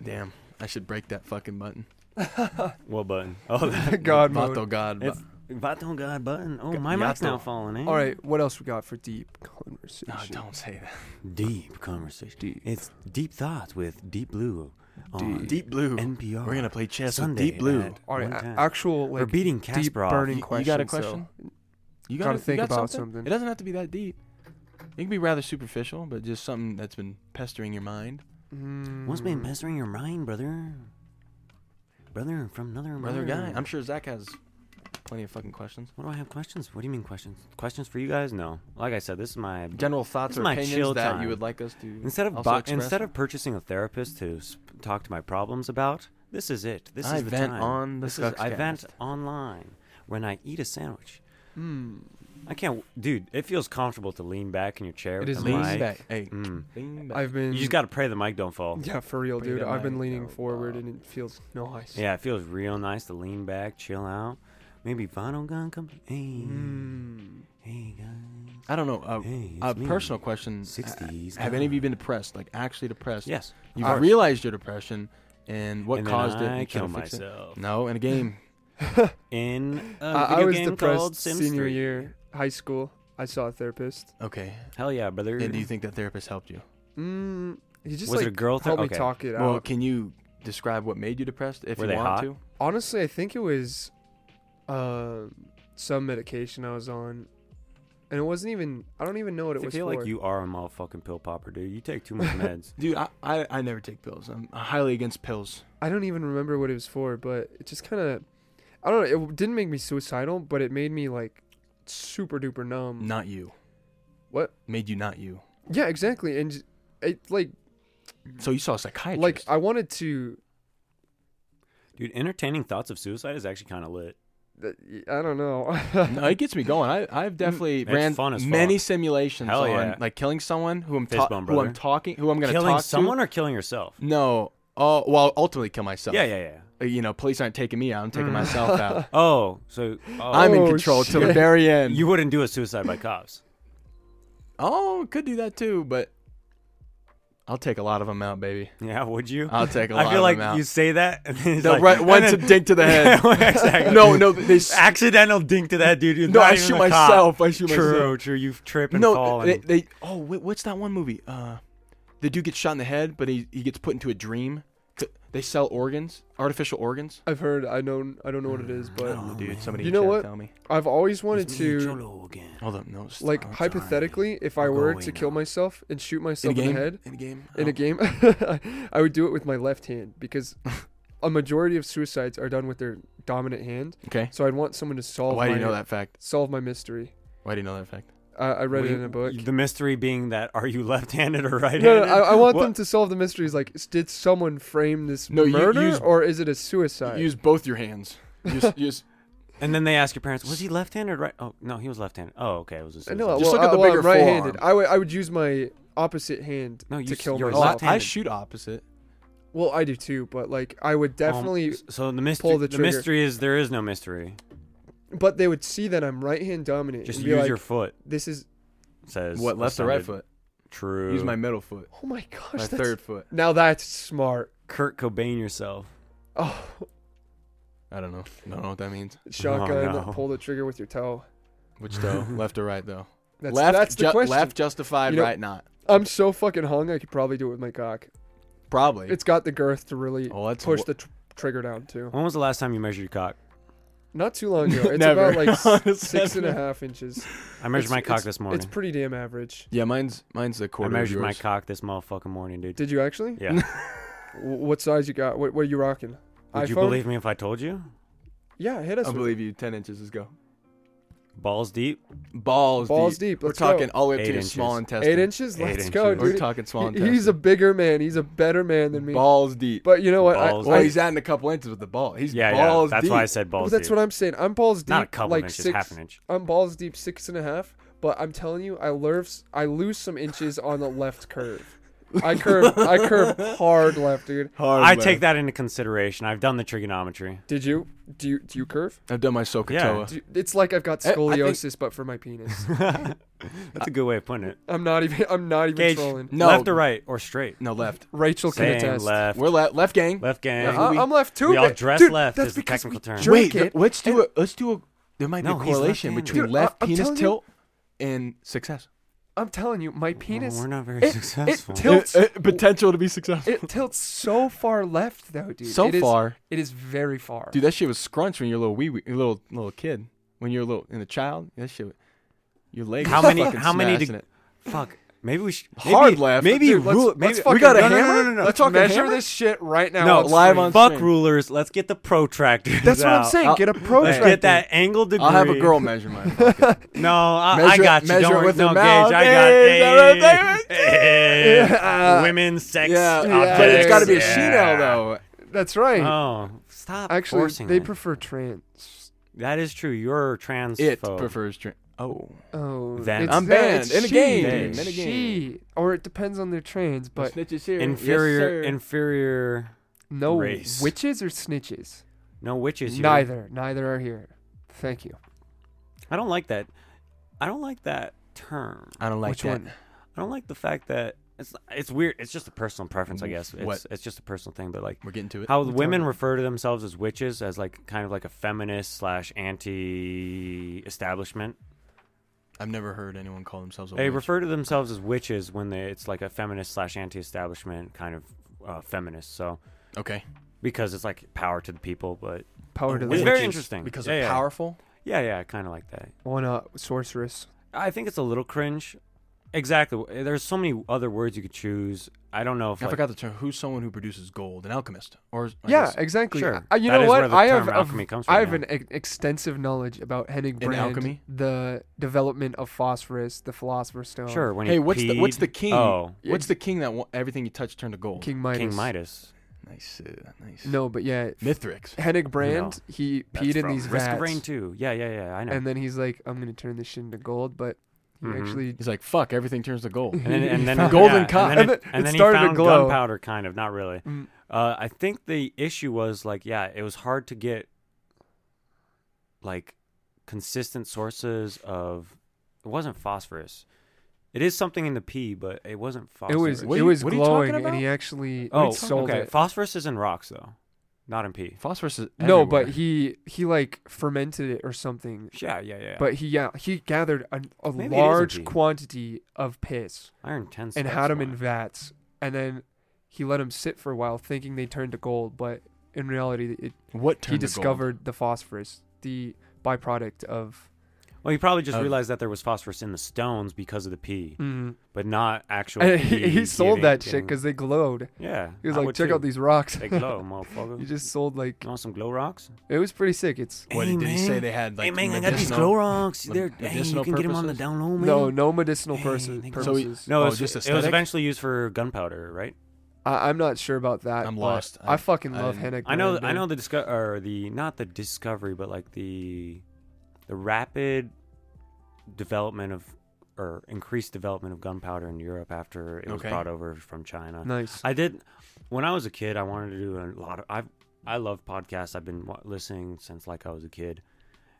Damn, I should break that fucking button.
button. Oh, that
God mode.
Vato God. bu-
It's Vato God button. Oh,
G-
my mic's
Yato.
now falling eh? in.
All right, what else we got for deep conversation?
Mm. No, don't say that.
Deep conversation.
Deep.
It's deep thoughts with Deep Blue on
Deep.
Deep Blue.
NPR.
We're gonna play chess
Sunday
with Deep Blue.
at
All right,
one
a-
time.
actual like
We're beating Kasparov.
deep burning
You-
question.
you got a question? You
Gotta think
you
about something.
It doesn't have to be that deep. It can be rather superficial, but just something that's been pestering your mind.
Mm.
What's been
Hmm.
pestering your mind, brother? Brother from another
Brother
mother.
guy, I'm sure Zach has plenty of fucking questions.
What do I have questions? What do you mean questions? Questions for you guys? No. Like I said, this is my
General thoughts
This is
or
my chill
opinions that
time.
you would like us to
instead of
also
bu-
express?
instead of purchasing a therapist to sp- talk to my problems about. This is it. This
I
is the
vent
time.
on the
this is, I
Scuxcast.
vent online when I eat a sandwich.
Hmm.
I can't, dude. It feels comfortable to lean back in your chair.
It
with
is
the
lean
mic.
back. Hey,
Mm.
lean back.
I've been.
You just got to pray the mic don't fall.
Yeah, for real,
Bring
dude.
that
I've been
mic
leaning
down.
forward and it feels nice.
uh, Yeah, it feels real nice to lean back, chill out. Maybe Vinyl Gun come. Hey,
Mm.
hey guys.
I don't know. A,
Hey,
a
it's me.
personal question.
60s
Have any of
guy.
you been depressed? Like actually depressed?
Yes.
You
Of
have
course.
realized your depression and what
And then
caused it.
I
and you try to
kill
fix it?
myself
No, in a game.
in a
I, I
video
was
game
depressed
called Sims
senior
3.
year, high school. I saw a therapist.
Uh,
Okay.
Hell yeah, brother.
And do you think that therapist helped you?
Mm, he just
Was it
like
a girl ther-
helped me
okay.
talk it
Well,
out.
can you describe what made you depressed if
Were
you
they
want
hot?
to?
Honestly, I think it was um some medication I was on, and it wasn't even. I don't even know what it
I
was
feel
for.
like you are a motherfucking pill popper, dude. You take too much meds.
Dude, I, I, I never take pills. I'm highly against pills.
I don't even remember what it was for, but it just kind of, I don't know. It didn't make me suicidal, but it made me like super duper numb.
Not you.
What?
Made you not you.
Yeah, exactly. And j- it like
So you saw a psychiatrist.
like I wanted to.
Dude, entertaining thoughts of suicide is actually kind of lit.
th- I don't know.
no, it gets me going. I, I've definitely
Mm, It's
ran
fun as
many
fuck.
simulations
Hell
on
yeah.
like killing someone who I'm
Fist
ta-
bump,
who I'm
brother.
talking who I'm gonna
Killing
talk
someone
to.
or killing yourself?
No. Oh well, ultimately kill myself.
Yeah, yeah, yeah.
Uh, You know, police aren't taking me out. I'm taking
Mm.
myself out.
Oh, so oh,
I'm in
Oh,
control till the
shit.
very end.
you wouldn't do a suicide by cops.
oh could do that too, but I'll take a lot of them out, baby.
Yeah, would you?
I'll take a lot
I feel
of
like
them out.
you say that and then it's
The
like, Ah,
right-
and
one
then-
to dink to the head.
Yeah, exactly.
no, no, they. s-
Accidental dink to that dude. You're
No,
not
I
even
shoot
the cop.
myself. I shoot
True,
myself.
true. You trip and fall.
No,
And,
they, they. Oh, wait, what's that one movie? Uh, the dude gets shot in the head, but he he gets put into a dream. th- they sell organs, artificial organs.
I've heard. I know. I don't know what it is,
I
but
Oh,
don't know, dude.
man.
Somebody
You
in
know
chat
what?
tell me.
I've always wanted to,
Hold up, no. it's-
like,
I'm sorry.
hypothetically, if I
I'm
were
going
to kill
now.
myself and shoot myself in, the head
In a game.
in
Oh.
a game, I would do it with my left hand because a majority of suicides are done with their dominant hand.
Okay.
So I'd want someone to solve.
Why
my,
do you know that fact?
Solve my mystery.
Why do you know that fact?
I I read
Well,
it
you-
in a book.
The mystery being that are you left-handed or right-handed?
No, no, I, I want
What-
them to solve the mysteries. Like, s- did someone frame this
No, you-
murder,
use-
or is it a suicide?
You use both your hands. You just, you just,
And then they ask your parents, was he left-handed? or Right? Oh no, he was left-handed. Oh okay, it was. A
Uh, no,
suicide.
Just
well,
look at
I-
the
well,
bigger
I'm right-handed.
forearm.
I would I would use my opposite hand
No,
to
you-
kill
you're
Oh, I-
myself.
left-
I
Left-handed.
shoot opposite.
well, I do too, but like I would
Um,
definitely.
s- so the mystery.
pull the
the,
trigger.
mystery is there is no mystery.
but they would see that I'm right hand dominant.
Just
and be
use
like,
your foot.
This is
Says
What, left or
the
right
sounded-
foot?
True.
Use my middle foot.
oh my gosh.
My
that's,
third foot.
Now that's smart.
Kurt Cobain yourself.
Oh,
I don't know. I don't know what that means.
shotgun.
no.
Pull the trigger with your toe.
Which though? left or right though?
That's
left,
that's the
ju-
question.
left justified,
You know-
right not.
I'm so fucking hung. I could probably do it with my cock.
Probably.
It's got the girth to really
oh, that's
push
wh-
the tr- trigger down too.
When was the last time you measured your cock?
Not too long ago. It's
Never.
about like s-
Honestly,
six and a
never.
half inches.
I measured
It's-
my cock
it's-
this morning.
It's pretty damn average.
Yeah, mine's mine's the
I
quarter.
measured
of
my
yours.
cock this motherfucking morning, dude.
Did you actually?
yeah. Would
Wh- what size you got? What, what are you rocking?
you believe me if I told you?
Yeah, hit us.
I
with-
believe you. Ten inches. Let's go.
Balls deep.
Balls.
Balls
deep.
deep.
We're
Let's go.
talking all the way up
Eight
to your
inches.
small intestine.
Eight inches.
Eight
Let's go,
inches.
We're
dude.
talking small
He-
intestine.
he's a bigger man. He's a better man than me.
balls deep.
But you know what? I-
Balls
I-
Well, he's adding a couple inches with the ball. He's
Yeah, yeah.
balls
That's
deep.
why I said balls
but that's
deep.
what I'm saying. I'm balls deep.
Not a couple
like
of inches,
six.
half an inch.
I'm balls deep, six and a half. But I'm telling you, I lose. I lose some inches on the left curve. I curve. I curve hard left, dude.
Hard
I
left.
take that into consideration. I've done the trigonometry.
Did you? Do you? Do you curve?
I've done my Sokotoa.
Do you- it's like I've got
Eh, I think-
scoliosis, but for my penis.
That's a good way of putting it.
I'm not even. I'm not even
Gage,
trolling.
No.
left or right or straight?
no left.
Rachel can
Same
attest.
left.
We're left. Left gang.
Left gang.
Yeah,
I-
we-
Uh, I'm left too.
we all
but-
dress
dude,
left
that's
is the
because
technical
we
term.
jerk
Wait.
it.
th- let's do a. Let's do a. There might be
No,
a
he's
correlation
left-handed.
between
Dude, I-
left
I'm
penis
telling you-
tilt and success.
I'm telling you, my penis.
Well, we're not very
it- it
successful.
tilt- Tilts.
Uh, potential to be successful.
it tilts so far left though, dude.
so
It is-
far,
it is very far.
dude, that shit was scrunched when you're a little wee, wee, little little kid. When you're a little and a child, that shit. Your legs.
How
were
many-
fucking
how many
smashing
did-
it.
Fuck. Maybe we should. Maybe,
Hard left.
Maybe
Dude, let's-
rule.
let's
maybe
fucking-
we got a
no, no, no,
hammer.
no,
no,
Let's fucking
measure
hammer?
this shit right now.
No,
on
live
screen.
on-
fuck
string.
rulers. Let's get the protractor.
That's what I'm saying.
I'll-
Get a pro.
Let's get that angle degree.
I'll have a girl measure mine. Fuck it.
No, I, I
Measure-
got you.
measure
Don't
it
worry.
with
no,
your
Gage,
mouth.
I got.
Hey, is that
Hey,
right
hey,
Yeah.
Women, sex,
yeah,
yeah,
but it's got to be a
objects,
she
yeah.
now though.
That's right.
Oh, stop
Actually,
forcing
they
it.
prefer trans.
that is true. You're trans.
It prefers drink. Oh,
Oh,
Then-
it's
I'm
that-
banned.
it's
In a
she,
game.
dude.
In a game.
She, or it depends on their trans, but
snitches here.
inferior. inferior.
no
Race.
witches or snitches.
No witches. Here.
Neither. Neither are here. Thank you.
I don't like that. I don't like that term.
I don't like
Which
that.
one?
I don't like the fact that it's it's weird. It's just a personal preference, I guess. It's
Mm, What?
it's just a personal thing, but like
We're getting to it.
how the
Retarded.
women refer to themselves as witches as like kind of like a feminist slash anti-establishment.
I've never heard anyone call themselves a
They
witch.
refer to themselves as witches when they, it's like a feminist slash anti-establishment kind of uh, feminist. So
okay.
because it's like power to the people, but
Oh,
Power to
it's
the
very
witches.
interesting
Because
yeah,
they're
yeah.
powerful.
Yeah, yeah, kind of like that.
One uh, sorceress.
I think it's a little cringe. Exactly. There's so many other words you could choose. I don't know if
I
like,
forgot the term. Who's someone who produces gold? An alchemist, or I
yeah,
guess
exactly.
Sure.
Uh, you
That
know
is
what?
where the
I
term
have a-
alchemy comes from,
I have
yeah.
an ex- extensive knowledge about Henning
In
Brand,
alchemy?
the development of phosphorus, the philosopher's stone.
sure. When
hey,
he
what's the what's
peed.
the king?
Oh,
Yeah,
What's the king that wa- everything you touch turned to gold?
King Midas.
King Midas.
Nice, uh, nice.
No, but yeah,
Mithrix.
Henning Brand, he peed in these
Risk
vats,
of Rain too. Yeah, yeah, yeah. I know.
and then he's like, "I'm gonna turn this shit into gold," but he
Mhm.
actually
He's like, fuck, everything turns to gold.
And then, and then
found- Golden
yeah,
cock.
And then,
And
it,
then it
and then he
started to
found
glow.
gunpowder, kind of. Not really.
Mm.
Uh, I think the issue was like, yeah, it was hard to get like consistent sources of. It wasn't phosphorus. It is something in the pea, but it wasn't
it
phosphorus.
was
What
it
are you-
was
what are you talking
glowing, and
about?
he actually
Oh,
sold
okay.
it.
Phosphorus is in rocks though, not in pea.
Phosphorus is
No, but
everywhere.
he he like fermented it or something.
Yeah, yeah, yeah.
But he yeah he gathered a, a
Maybe it is
large
indeed.
quantity of piss
iron ten.
and had them in vats, and then he let him sit for a while, thinking they turned to gold, but in reality, it,
What
he
turned to gold?
discovered the phosphorus, the byproduct of.
Well, he probably
Oh.
just
Of-
realized that there was phosphorus in the stones because of the pee,
Mm.
but not actual.
And
pee
he, he sold
giving-
that shit
giving-
because they glowed.
yeah,
He was
I
like,
would
check
too.
out these rocks.
They glow,
he
motherfucker.
just sold like
You want some glow rocks?
it was pretty sick. It's
What
Hey,
did he say?
man.
They had like
hey man, I got these
medicinal-
glow rocks.
med-
They're, hey, you
medicinal
can get them on the
purposes?
down low, Oh, man.
no no medicinal
Hey,
person,
they glow.
So he-
purposes.
no,
Oh,
it was,
just
it was
aesthetic?
eventually used for gunpowder, right?
I, I'm not sure about that.
I'm
but
lost.
I,
I-
fucking
I
love
didn't-
Hennick.
I know,
Brand,
I
dude.
know the disco- or the not the discovery, but like the the rapid development of or increased development of gunpowder in Europe after it was
Okay.
brought over from China.
Nice.
I did when I was a kid. I wanted to do a lot of. I I love podcasts. I've been wa- listening since like I was a kid,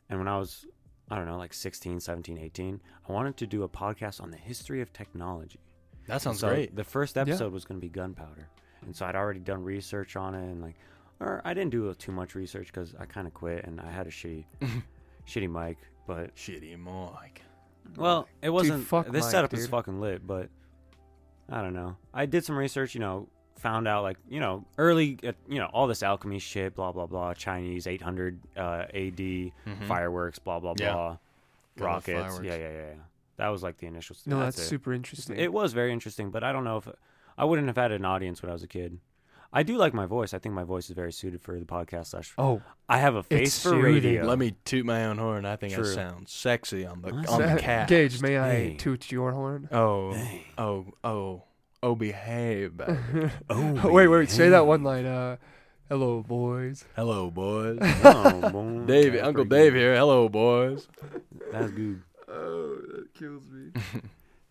and when I was I don't know like 16, 17, 18, I wanted to do a podcast on the history of technology.
That sounds
so
great.
The first episode was going to be gunpowder, and so I'd already done research on it, and like, or I didn't do too much research because I kind of quit and I had a shitty, shitty mic. But
Shitty Mike.
well, it wasn't.
fuck
this
Mike,
setup is
dude.
fucking lit, but I don't know. I did some research, you know, found out like you know early, uh, you know, all this alchemy shit, blah blah blah, Chinese 800 uh, AD
Mm-hmm.
fireworks, blah blah
Yeah.
blah,
Good old
rockets.
fireworks.
Yeah, yeah, yeah, yeah. That was like the initial.
no, that's,
it.
super interesting.
It was very interesting, but I don't know if I wouldn't have had an audience when I was a kid. I do like my voice. I think my voice is very suited for the podcast. Slash,
oh,
I have a face
It's
for
suited.
radio.
Let me toot my own horn. I think
True.
I sound sexy on the
Well,
on the
that's-
cat.
Gage, may I
Hey.
toot your horn?
Oh,
Hey.
oh, oh, oh, behave. baby.
Oh,
wait, wait, say that
hey.
one line. Uh, hello, boys.
Hello, boys.
Oh, boy.
Dave,
That's
Uncle
pretty
Dave
good.
here. Hello, boys.
That's good.
Oh, that kills me.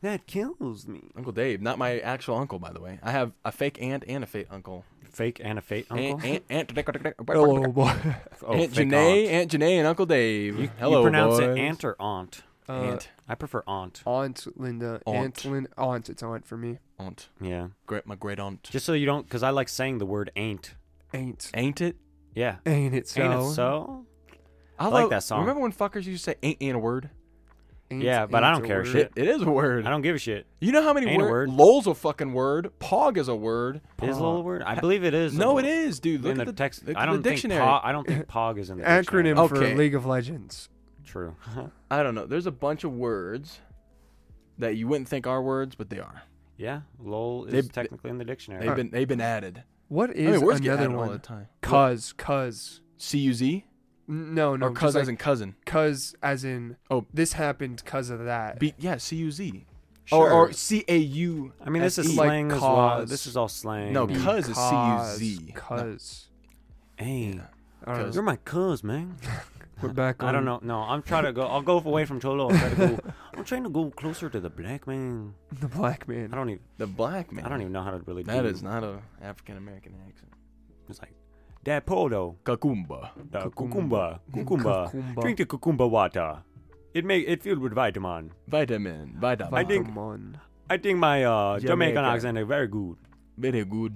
That kills me.
Uncle Dave, not my actual uncle, by the way. I have a fake aunt and a fake uncle.
Fake and a fake uncle.
Aunt, aunt, aunt,
hello, boy.
Oh,
Aunt
fake
Janae,
aunt.
Aunt Janae, and Uncle Dave.
You,
Hello,
you pronounce
boys.
it aunt or aunt?
Uh,
aunt,
I prefer aunt.
Aunt Linda. Aunt.
Aunt.
Linda. Aunt. It's aunt for me.
aunt,
Yeah.
great, my great aunt.
Just so you don't, because I like saying the word ain't.
Ain't.
ain't it?
Yeah.
Ain't it so?
Ain't it so?
I,
like
love-
that song.
Remember when fuckers used to say "ain't ain't a word"?
Ain't-
Yeah, but I
ain't
don't
a
care
word.
shit.
It is a word.
I don't give a shit.
You know how many
Ain't a
words?
word.
Lol's a fucking word. Pog is a word.
Is lol a word? I believe it is. a
No,
word.
it is, dude. Look
in
at
the,
the
text.
look
I
at
don't
the
think
dictionary.
pog, I don't think pog is in the
Acronym
dictionary.
Oh.
for
Okay.
League of Legends.
True.
I don't know. There's a bunch of words that you wouldn't think are words, but they are.
yeah, lol is
They-
technically in the dictionary.
They've been they've been added.
What
I
is
mean, words get
another
added all the
one?
time.
Cuz. Cuz.
C U Z
N- No, no.
or cuz as in cousin.
Cuz as in.
Oh.
This happened cuz of that.
Be, yeah, C U Z. Oh,
sure.
Or, or C A U.
I mean, this
S
is
E.
like
slang as well.
cause.
This is all slang.
No,
and-
cuz is C U Z.
Cuz.
Hey,
All right,
Cuz.
you're my cuz, man.
we're back on.
I don't know. No, I'm trying to go. I'll go away from Cholo. I'm trying to go. I'm trying to go closer to the black man.
The black man.
I don't even.
The black man.
I don't even know how to really.
That
do.
is not a African American accent.
It's like that polo,
Kakumba.
the
Cucumba.
cucumba, cucumba. Drink the cucumba water. It make it filled with vitamin.
Vitamin. Vitamin.
I think-
Pokemon.
I think my uh, Jamaican
Jamaica.
accent is very good.
very good.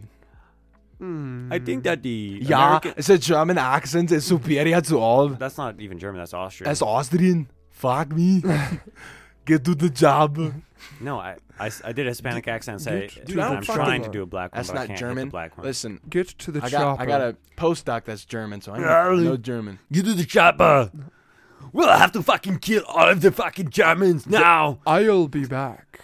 Hmm.
I think that the
Mm. Yeah,
American-
the German accent is superior to all.
That's not even German. That's Austrian.
That's Austrian. Fuck me. Get to the job.
no, I, I, I did a Hispanic accent. Say,
dude,
dude,
I
I'm
don't fucking-
trying to do a black one.
That's
but I
not
can't hit
German.
The black one.
Listen,
Get to the
I got
chopper.
I got a postdoc that's German, so I know, know German.
You do the chopper. We'll have to fucking kill all of the fucking Germans now.
I'll be back.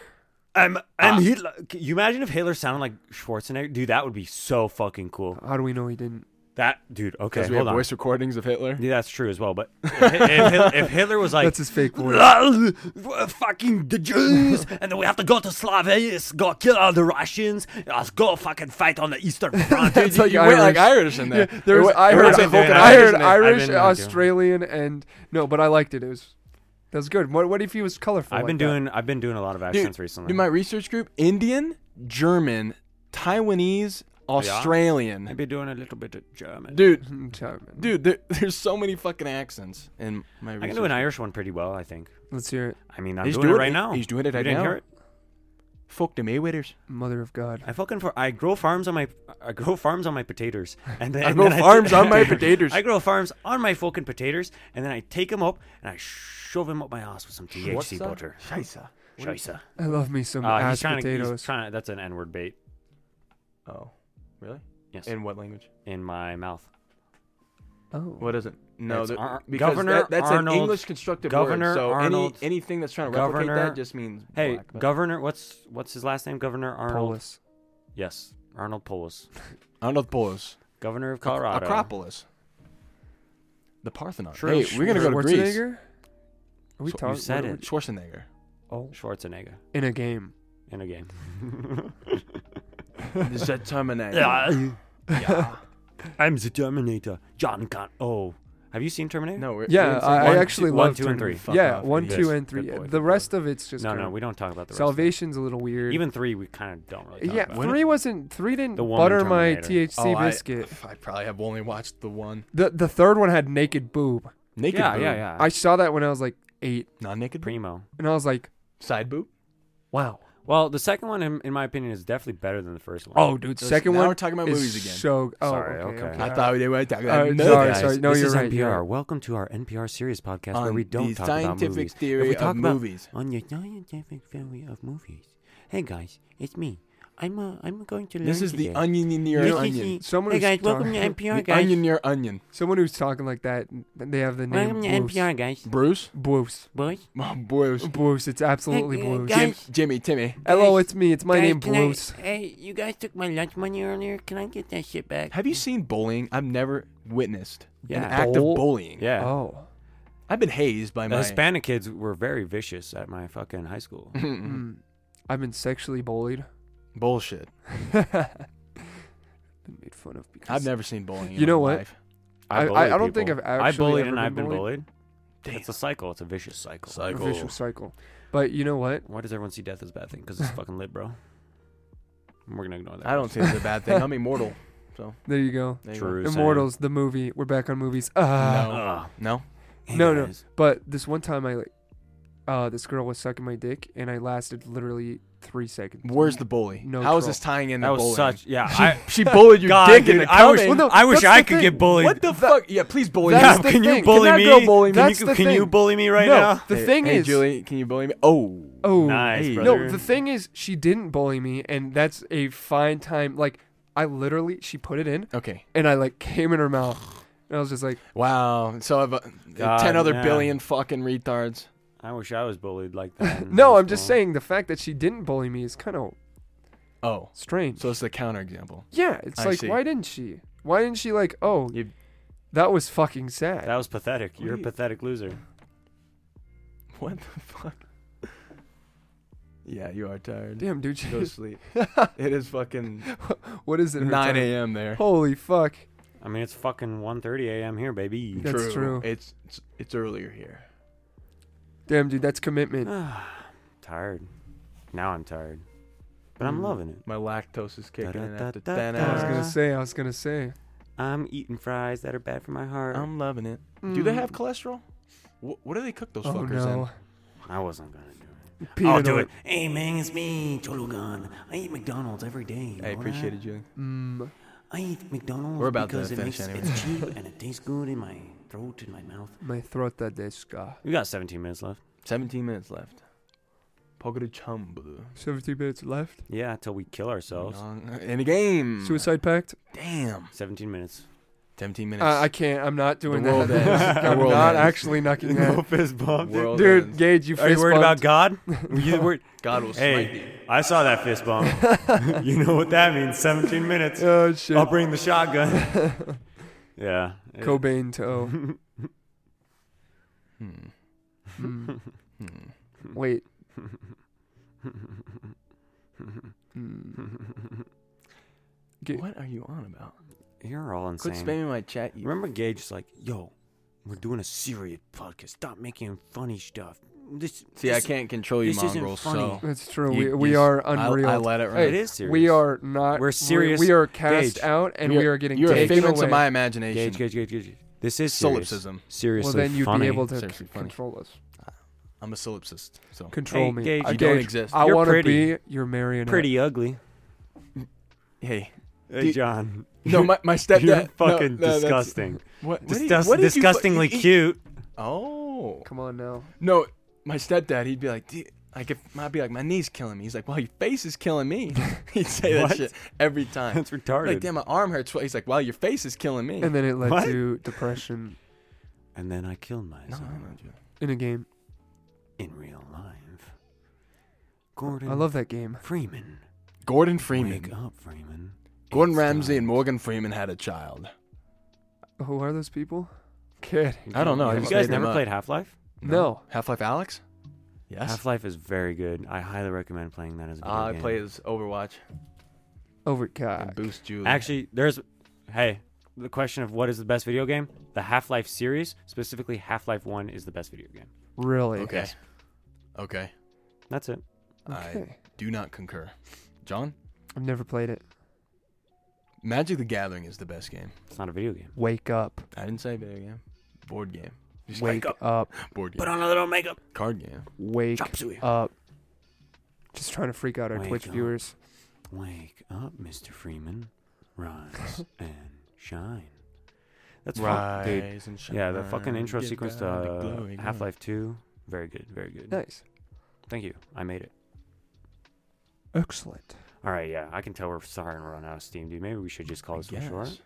I'm
Ah.
I'm Hitler. Can you imagine if Hitler sounded like Schwarzenegger? Dude, that would be so fucking cool.
How do we know he didn't?
That dude. Okay,
Because we
hold
have
on.
voice recordings of Hitler.
Yeah, that's true as well. But if, if, Hitler, if Hitler was like,
That's his fake voice.
"Ugh, we're fucking the Jews, and then we have to go to Slavia, go kill all the Russians, let's go fucking fight on the Eastern Front.
It's like,
you
you
went
went like
Irish.
Irish in there.
There was, I
it
heard,
was
I
a Vulcan
I
Irish,
heard
man. I've
Irish,
been, like, doing-
Australian, and no, but I liked it. It was that was good. What, what if he was colorful?
I've been
like that?
doing I've been doing a lot of accents recently.
In my research group, Indian, German, Taiwanese, Australian.
I've been doing a little bit of German.
Dude,
Chapman.
dude, there, there's so many fucking accents in my
I
research.
can do an Irish one pretty well, I think.
Let's hear it.
I mean, I'm
He's
doing, it
doing
right
it.
now.
He's doing it
You
right
didn't
now.
hear it?
Fuck the Mayweathers.
Mother of God.
I fucking for, I grow farms on my I grow farms on my potatoes, and then
I
and
grow
then
farms on my potatoes.
I grow farms on my fucking potatoes, and then I take them up and I shove them up my ass with some THC butter.
Scheiße.
Scheiße.
I love me some
Uh, he's
ass
trying to. He's
potatoes.
trying to. That's an N-word bait.
Oh, really?
Yes. In,
In what language?
my mouth.
Oh.
What is it? No,
That's
the-
Ar-
because
Governor
that- that's
Arnold-
an English constructed
Governor
word. So
Arnold-
any anything that's trying to replicate
Governor-
that just means
Hey,
black, but-
Governor, what's what's his last name? Governor Arnold.
Polis.
Yes, Arnold Polis,
Arnold Polis,
Governor of Colorado.
Acropolis, the Parthenon.
True.
Hey, we're gonna go to Greece.
Schwarzenegger? Are we
So- you
talking?
said
what are
it.
Schwarzenegger.
we- Oh,
Schwarzenegger
in a game.
in a game.
Is that Terminator?
I'm the Terminator, John Con. Oh, have you seen Terminator?
No, we're,
Yeah,
we're
I, I
One,
actually
two-
love
one, two, and three.
Terminator.
Fuck
yeah,
off,
one,
yes.
two, and three.
Good boy,
the
good
rest of it's just
no,
kinda-
no. We don't talk about the rest of it.
Salvation's a little weird.
Even three, we kind of don't really. Talk
yeah,
about.
What-
three wasn't three didn't
The woman
butter my
Terminator.
THC
Oh, I-
biscuit.
I probably have only watched the one
The the third one had naked boob.
naked.
yeah,
boob.
yeah, yeah.
I saw that when I was like eight,
Non-naked. boob?
Primo.
and I was like,
Side boob.
wow.
Well, the second one, in, in my opinion, is definitely better than the first one.
Oh, dude,
So
second
now
one.
we're talking about
is
movies again.
So oh,
Sorry,
okay.
okay.
I
Yeah.
thought we were talking about
Uh,
another
sorry,
guys.
sorry. No,
this
you're
is
right,
NPR.
you're right.
Welcome to our NPR series podcast where
On
we don't
the
talk
scientific
about movies.
theory
If we
of
talk about
movies.
on the scientific theory of movies. Hey guys, it's me. I'm uh, I'm going to learn
This is the
today.
onion near
This is
onion.
the-
Someone
hey
who's
guys, welcome to
talking-
NPR
The
guys.
onion near onion.
Someone who's talking like that, they have the name.
welcome to
Bruce.
NPR guys.
Bruce.
Boos.
Boys,
Oh, Bruce.
Boos. It's absolutely
Hey, uh,
Boos.
guys.
Jim, Jimmy. Timmy.
Hello, it's me. It's my
guys,
name,
can I-
Boos.
hey, you guys took my lunch money earlier. Can I get that shit back?
Have you seen bullying? I've never witnessed
Yeah.
an act
Bull-
of bullying.
Yeah.
Oh.
I've been hazed by
The
my
Hispanic kids were very vicious at my fucking high school.
Mm-mm.
Mm. I've been sexually bullied.
bullshit.
been made fun of because
I've never seen bullying. in
You know
my
what?
Life.
I- I-
bullied
I don't think
people.
I've
I
actually
bullied
ever
and
been
I've been
bullied.
bullied.
Damn.
It's a cycle. It's a vicious cycle.
a
oh.
vicious cycle. But you know what?
Why does everyone see death as a bad thing? Because it's fucking lit, bro. We're gonna ignore that.
I don't see it as a bad thing. I'm immortal.
There you go.
There you go.
True.
Immortals, the movie. We're back on movies. Ah.
No.
Ugh.
No.
Hey,
No, no.
guys.
But this one time, I like, uh, this girl was sucking my dick, and I lasted literally three seconds.
Where's the bully?
No
How is
troll.
this tying in
That
the
was
bullying?
such. Yeah. I,
she bullied your
God,
dick
dude,
in the
I wish.
coming.
Well, no,
I wish
that's
I
the
could
thing.
get bullied.
what the fuck? Yeah, please bully
Yeah,
That's
me.
the
can you
thing.
bully
Can that
me?
girl bully me?
Can
That's
you,
the
can you
thing.
bully me right
no,
now?
the thing
hey,
is,
Julie, can you bully me? Oh.
oh,
Nice,
hey.
brother.
no, the thing is, she didn't bully me, and that's a fine time. Like, I literally, she put it in,
Okay.
and I like came in her mouth, and I was just like,
Wow. So I've uh,
God,
ten other
yeah.
billion fucking retards.
I wish I was bullied like that. in
no,
high
I'm just
school.
saying the fact that she didn't bully me is kind of
Oh.
strange.
So it's the counterexample.
yeah, it's
I
like,
see.
why didn't she? Why didn't she like? Oh,
You-
that was fucking sad.
that was pathetic. You're a
Wait.
pathetic loser.
What the fuck? Yeah, you are tired.
Damn, dude, she,
Go to sleep. it is fucking
what is it? her
9
time?
a.m. there.
Holy fuck.
I mean, it's fucking 1:30 a.m. here, baby.
That's true.
It's, it's it's earlier here.
Damn, dude, that's commitment.
tired. Now I'm tired, but I'm
Mm.
loving it.
My lactose is kicking in after
Da-da-da-da-da.
10
I was
hours.
gonna say, I was gonna say.
I'm eating fries that are bad for my heart.
I'm loving it. Do they have
Mm.
cholesterol? What, what do they cook those
Oh
fuckers
no.
I wasn't gonna do it.
Peanut
I'll do
oil.
it. Hey man, it's me, Chologan. I eat McDonald's every day.
in? I appreciate it, Julie.
Mm.
I eat McDonald's
We're about to
because it
finish
makes
anyway.
it's cheap and it tastes good in my throat and my mouth.
My throat desca.
We got 17 minutes left.
17 minutes left. Poco de chumbo. uh,
17 minutes left.
Yeah, till we kill ourselves.
In a game.
Suicide Uh, Pact?
Damn.
17 minutes.
17 minutes.
I, I can't. I'm not doing
world ends.
that.
The
I'm
world
not
ends.
actually knocking that.
fist bump.
World
Dude,
ends.
Gage, you
Are you
fist
worried about
bumped.
God? You wor-
God will smite
hey, I saw that fist bump. you know what that means? 17 minutes.
Oh shit.
I'll bring the shotgun. yeah.
Cobain
Oh.
toe.
you.
Mm.
Hmm. Hmm.
Wait.
Hmm.
Mm. Ga-
What are you on about?
You're all insane.
Quit spamming my chat. You
Remember Gage's like, yo, we're doing a serious podcast. Stop making funny stuff. This
See, I
this-
can't control you,
this isn't
mongrels.
funny.
So
That's true.
you
we we
just-
are
I-
unreal.
I, let it run.
It is serious.
We are not.
We're
we-
serious.
We, are cast
Gage.
out, and we are, getting
You're a
taken
figment
away.
of my imagination.
Gage, Gage, Gage, Gage. This is serious.
Solipsism.
Seriously,
well, then you'd
funny.
be able to
Seriously
c-
funny.
control us.
I'm a solipsist. So
Control
Hey,
me.
Gage,
I-
you
don't
Gage,
exist.
I
You're
want to
pretty.
be your marionette.
Pretty ugly.
hey,
Hey,
Dude,
John.
no, my my stepdad.
You're
no,
fucking
no, that's-
disgusting.
What, what did-
Disgust-
what did you fu-
disgustingly
he- he-
cute.
Oh
Come on now.
no, my stepdad. He'd be like, "Do you- I could, I'd be like, my knee's killing me. He's like, well, your face is killing me. He'd say that
What?
shit every time.
That's
I'm
retarded.
like, damn, my arm hurts. He's like, wow, your face is killing me.
And then it led
What?
to depression
and then I killed
no,
myself
I'm not doing
in a game.
in real life. Gordon
I love that game.
Freeman.
that. Gordon Freeman.
Wake up, Freeman.
Gordon
It's
Ramsay and
time.
Morgan Freeman had a child.
Who are those people? Kid.
I don't know. I
Have you
just
guys
made them
never
up.
played Half Life?
No.
Half Life Alex? Yes.
Half Life is very good. I highly recommend playing that as a video
Uh, I
game.
play as Overwatch
Over
and
Oh God.
Boost Julie.
Actually, there's. Hey, the question of what is the best video game? The Half Life series, specifically Half Life 1, is the best video game.
Really?
okay. Okay.
That's it.
I
Okay.
do not concur. John,
I've never played it.
Magic the Gathering is the best game.
It's not a video game.
Wake up.
I didn't say video game. Board game. Just
Wake up. up.
Board game.
on a little makeup.
Card game.
Wake
Chop suey.
up. Just trying to freak out our
Wake
Twitch
up.
viewers.
Wake up, Mr. Freeman. Rise and shine. That's fuck- dude.
and
Yeah, the fucking intro
Get
sequence to
down glowy glow.
uh, Half Life 2, very good, very good.
Nice.
Thank you. I made it.
Excellent.
All right, yeah, I can tell we're starting to run out of steam, dude. Maybe we should just call this one short.
Yes.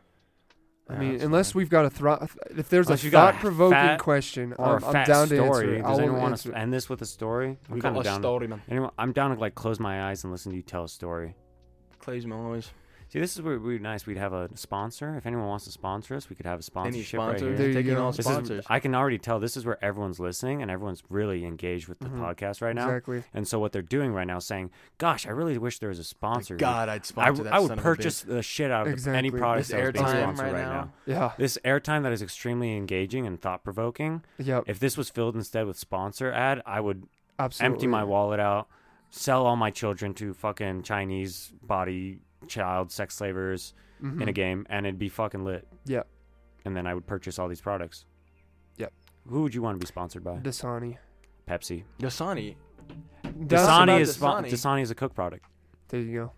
I
Yeah,
mean,
that's
unless
fine.
we've got a thro- if there's
Unless
a
you got a
thought-provoking
fat
question,
Or
I'm,
a
Um, I'm
fat
down to answer.
story.
it.
Does
I'll
anyone want
answer
to
it.
end this with a story? I'm
We got
kinda
a
down.
story, man.
Anyone, I'm down to like close my eyes and listen to you tell a story.
Clay's Malloy's.
See, this is where we'd nice. We'd have a sponsor. If anyone wants to sponsor us, we could have a
Any
sponsorship right
sponsors?
here.
There you
Taking
go.
all
This
This
sponsors.
is, I can already tell this is where everyone's listening and everyone's really engaged with the
Mm-hmm.
Mhm.
podcast right now.
Exactly.
And so what they're doing right now is saying, gosh, I really wish there was a sponsor.
Thank God, I'd
I,
sponsor that
I
son
would
of a
purchase
bitch.
the shit out of the, any
Exactly.
product
this
that was being
airtime
sponsored
right
right
now.
now.
Yeah.
This airtime that is extremely engaging and thought provoking.
Yep.
If this was filled instead with sponsor ad, I would
Absolutely.
empty my wallet out, sell all my children to fucking Chinese body child sex slavers in a
Mhm.
game, and it'd be fucking lit.
Yeah.
And then I would purchase all these products.
Yep.
Who would you want to be sponsored by?
Dasani.
Pepsi.
Dasani.
That's
Dasani
about-
is spon-
Dasani.
Dasani is a Coke product.
There you go.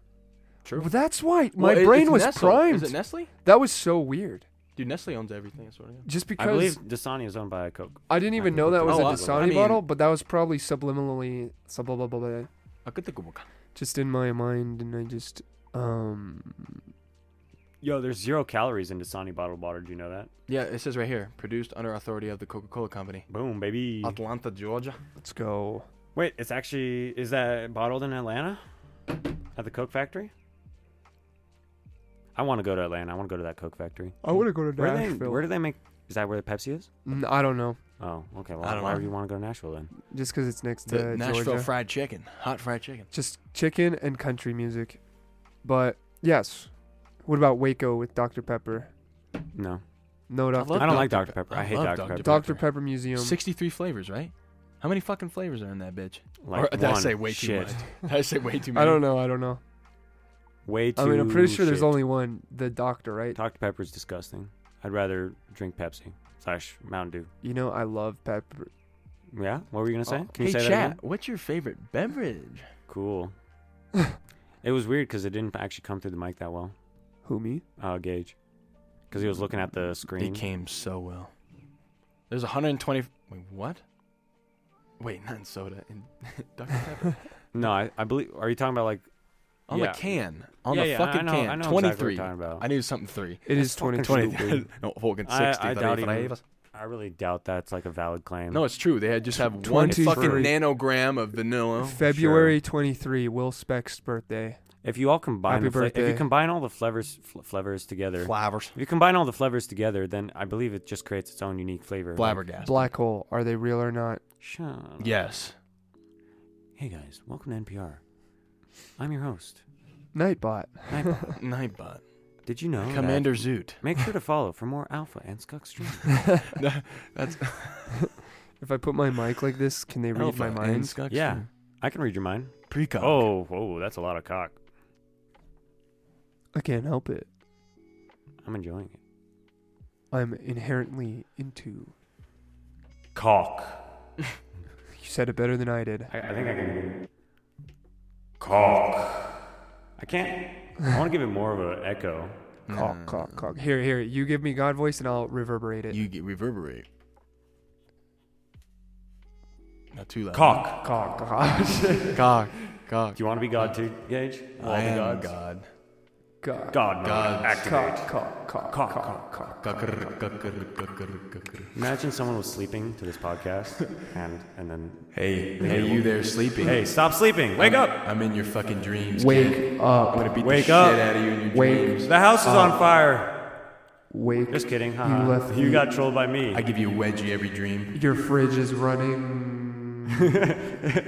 True.
Well, that's why my
Well, it-
brain
it's
was
Nestle.
primed.
Is it Nestle?
that was so weird.
Dude, Nestle owns everything. I swear to God.
Just
I
because I,
believe Dasani is owned by Coke.
didn't
I
even
can
know
look
that
it
was
up.
a
Oh, I-
Dasani
I mean-
bottle, but that was probably subliminally, blah, blah, blah, blah,
I could think of one.
just in my mind, and I just, um,
Yo, there's zero calories in Dasani bottled water. Do you know that?
Yeah, it says right here, produced under authority of the Coca-Cola Company,
Boom, baby.
Atlanta, Georgia.
let's go.
Wait, it's actually is that bottled in Atlanta at the Coke factory? I want to go to Atlanta. I want to go to that Coke factory.
I want to go to
Where do they?
Nashville.
Where do they make? Is that where the Pepsi is?
N- I don't know.
Oh, okay. Well,
I don't
why
know.
would you want to go to Nashville then?
Just because it's next
The
to
Nashville
Georgia.
fried chicken, hot fried chicken.
just chicken and country music. But, yes. What about Waco with Dr. Pepper?
No,
No, Dr.
love
I don't like
Dr.
Dr Pepper.
I
I, hate
love
Dr,
Dr.
Pepper.
Dr. Pepper Museum.
Sixty-three flavors, right? How many fucking flavors are in that bitch?
Like
or did I
one.
say way
Shit.
too much? Did I say way too much?
I don't know. I don't know.
Way too.
I mean, I'm pretty sure there's
shit.
only one, the doctor, right?
Dr Pepper is disgusting. I'd rather drink Pepsi slash Mountain
You know, I love pepper.
Dew. Yeah, what were you gonna say? Can
Oh, hey,
you say
chat.
that again?
What's your favorite beverage?
Cool. it was weird because it didn't actually come through the mic that well.
Who me?
Uh, Gage, because he was looking at the
They
screen.
came so well. There's 120. Wait, what? Wait, not in soda. In Dr Pepper.
No, I, I believe. Are you talking about like
on
Yeah.
the can. On
Yeah,
the
yeah, I-
fucking
I know-
can.
I know exactly what you're
23.
talking about.
I knew something three.
It is
That's fucking
2020.
stupid.
no, fucking
I-
60.
I doubt even-
35.
I really doubt that's like a valid claim.
No, it's true. They had just have one
23.
fucking nanogram of vanilla.
February 23, Will Speck's birthday.
if you all combine
Happy
the fla- if you
birthday.
combine all the flavors fl- flavors together,
Flavors.
if you combine all the flavors together, then I believe it just creates its own unique flavor.
Flabbergasted.
Black hole. Are they real or not?
Sean.
Yes.
Hey guys, welcome to NPR. I'm your host.
Nightbot.
Nightbot.
Nightbot.
Did you know? that-
Commander Zoot.
Make sure to follow for more Alpha and Skunk Stream.
That's
If I put my mic like this, can they read my mind?
Yeah. I can read your mind.
Precock.
Oh, whoa, that's a lot of cock.
I can't help it.
I'm enjoying it.
I'm inherently into.
Cock.
You said it better than I did.
I, I think I can. Cock. I can't. I want to give it more of an echo.
Cock, cock, cock. Here, here. You give me God voice and I'll reverberate it.
You get reverberate. Not too loud.
Cock.
Oh gosh.
Cock. Cock.
Do you want to be God too, Gage? All
I
the
am
gods.
God.
God.
God mode.
Gods.
Activate.
Cock, cock, cock,
Cock,
cock, cock, cock.
Gugger, gugger, gugger, gugger.
Imagine someone was sleeping to this podcast, and and then
Hey, hey, you there sleeping?
hey, stop
Um,
sleeping, wake up!
I'm in your fucking dreams. kid.
Wake
I'm
up.
gonna beat
Wake
the
up.
shit out of you in your
Wake.
dreams.
The house is
uh,
on fire.
Wake.
Just kidding. You,
left
you
me.
got trolled by me.
I give you a wedgie every dream.
Your fridge is running.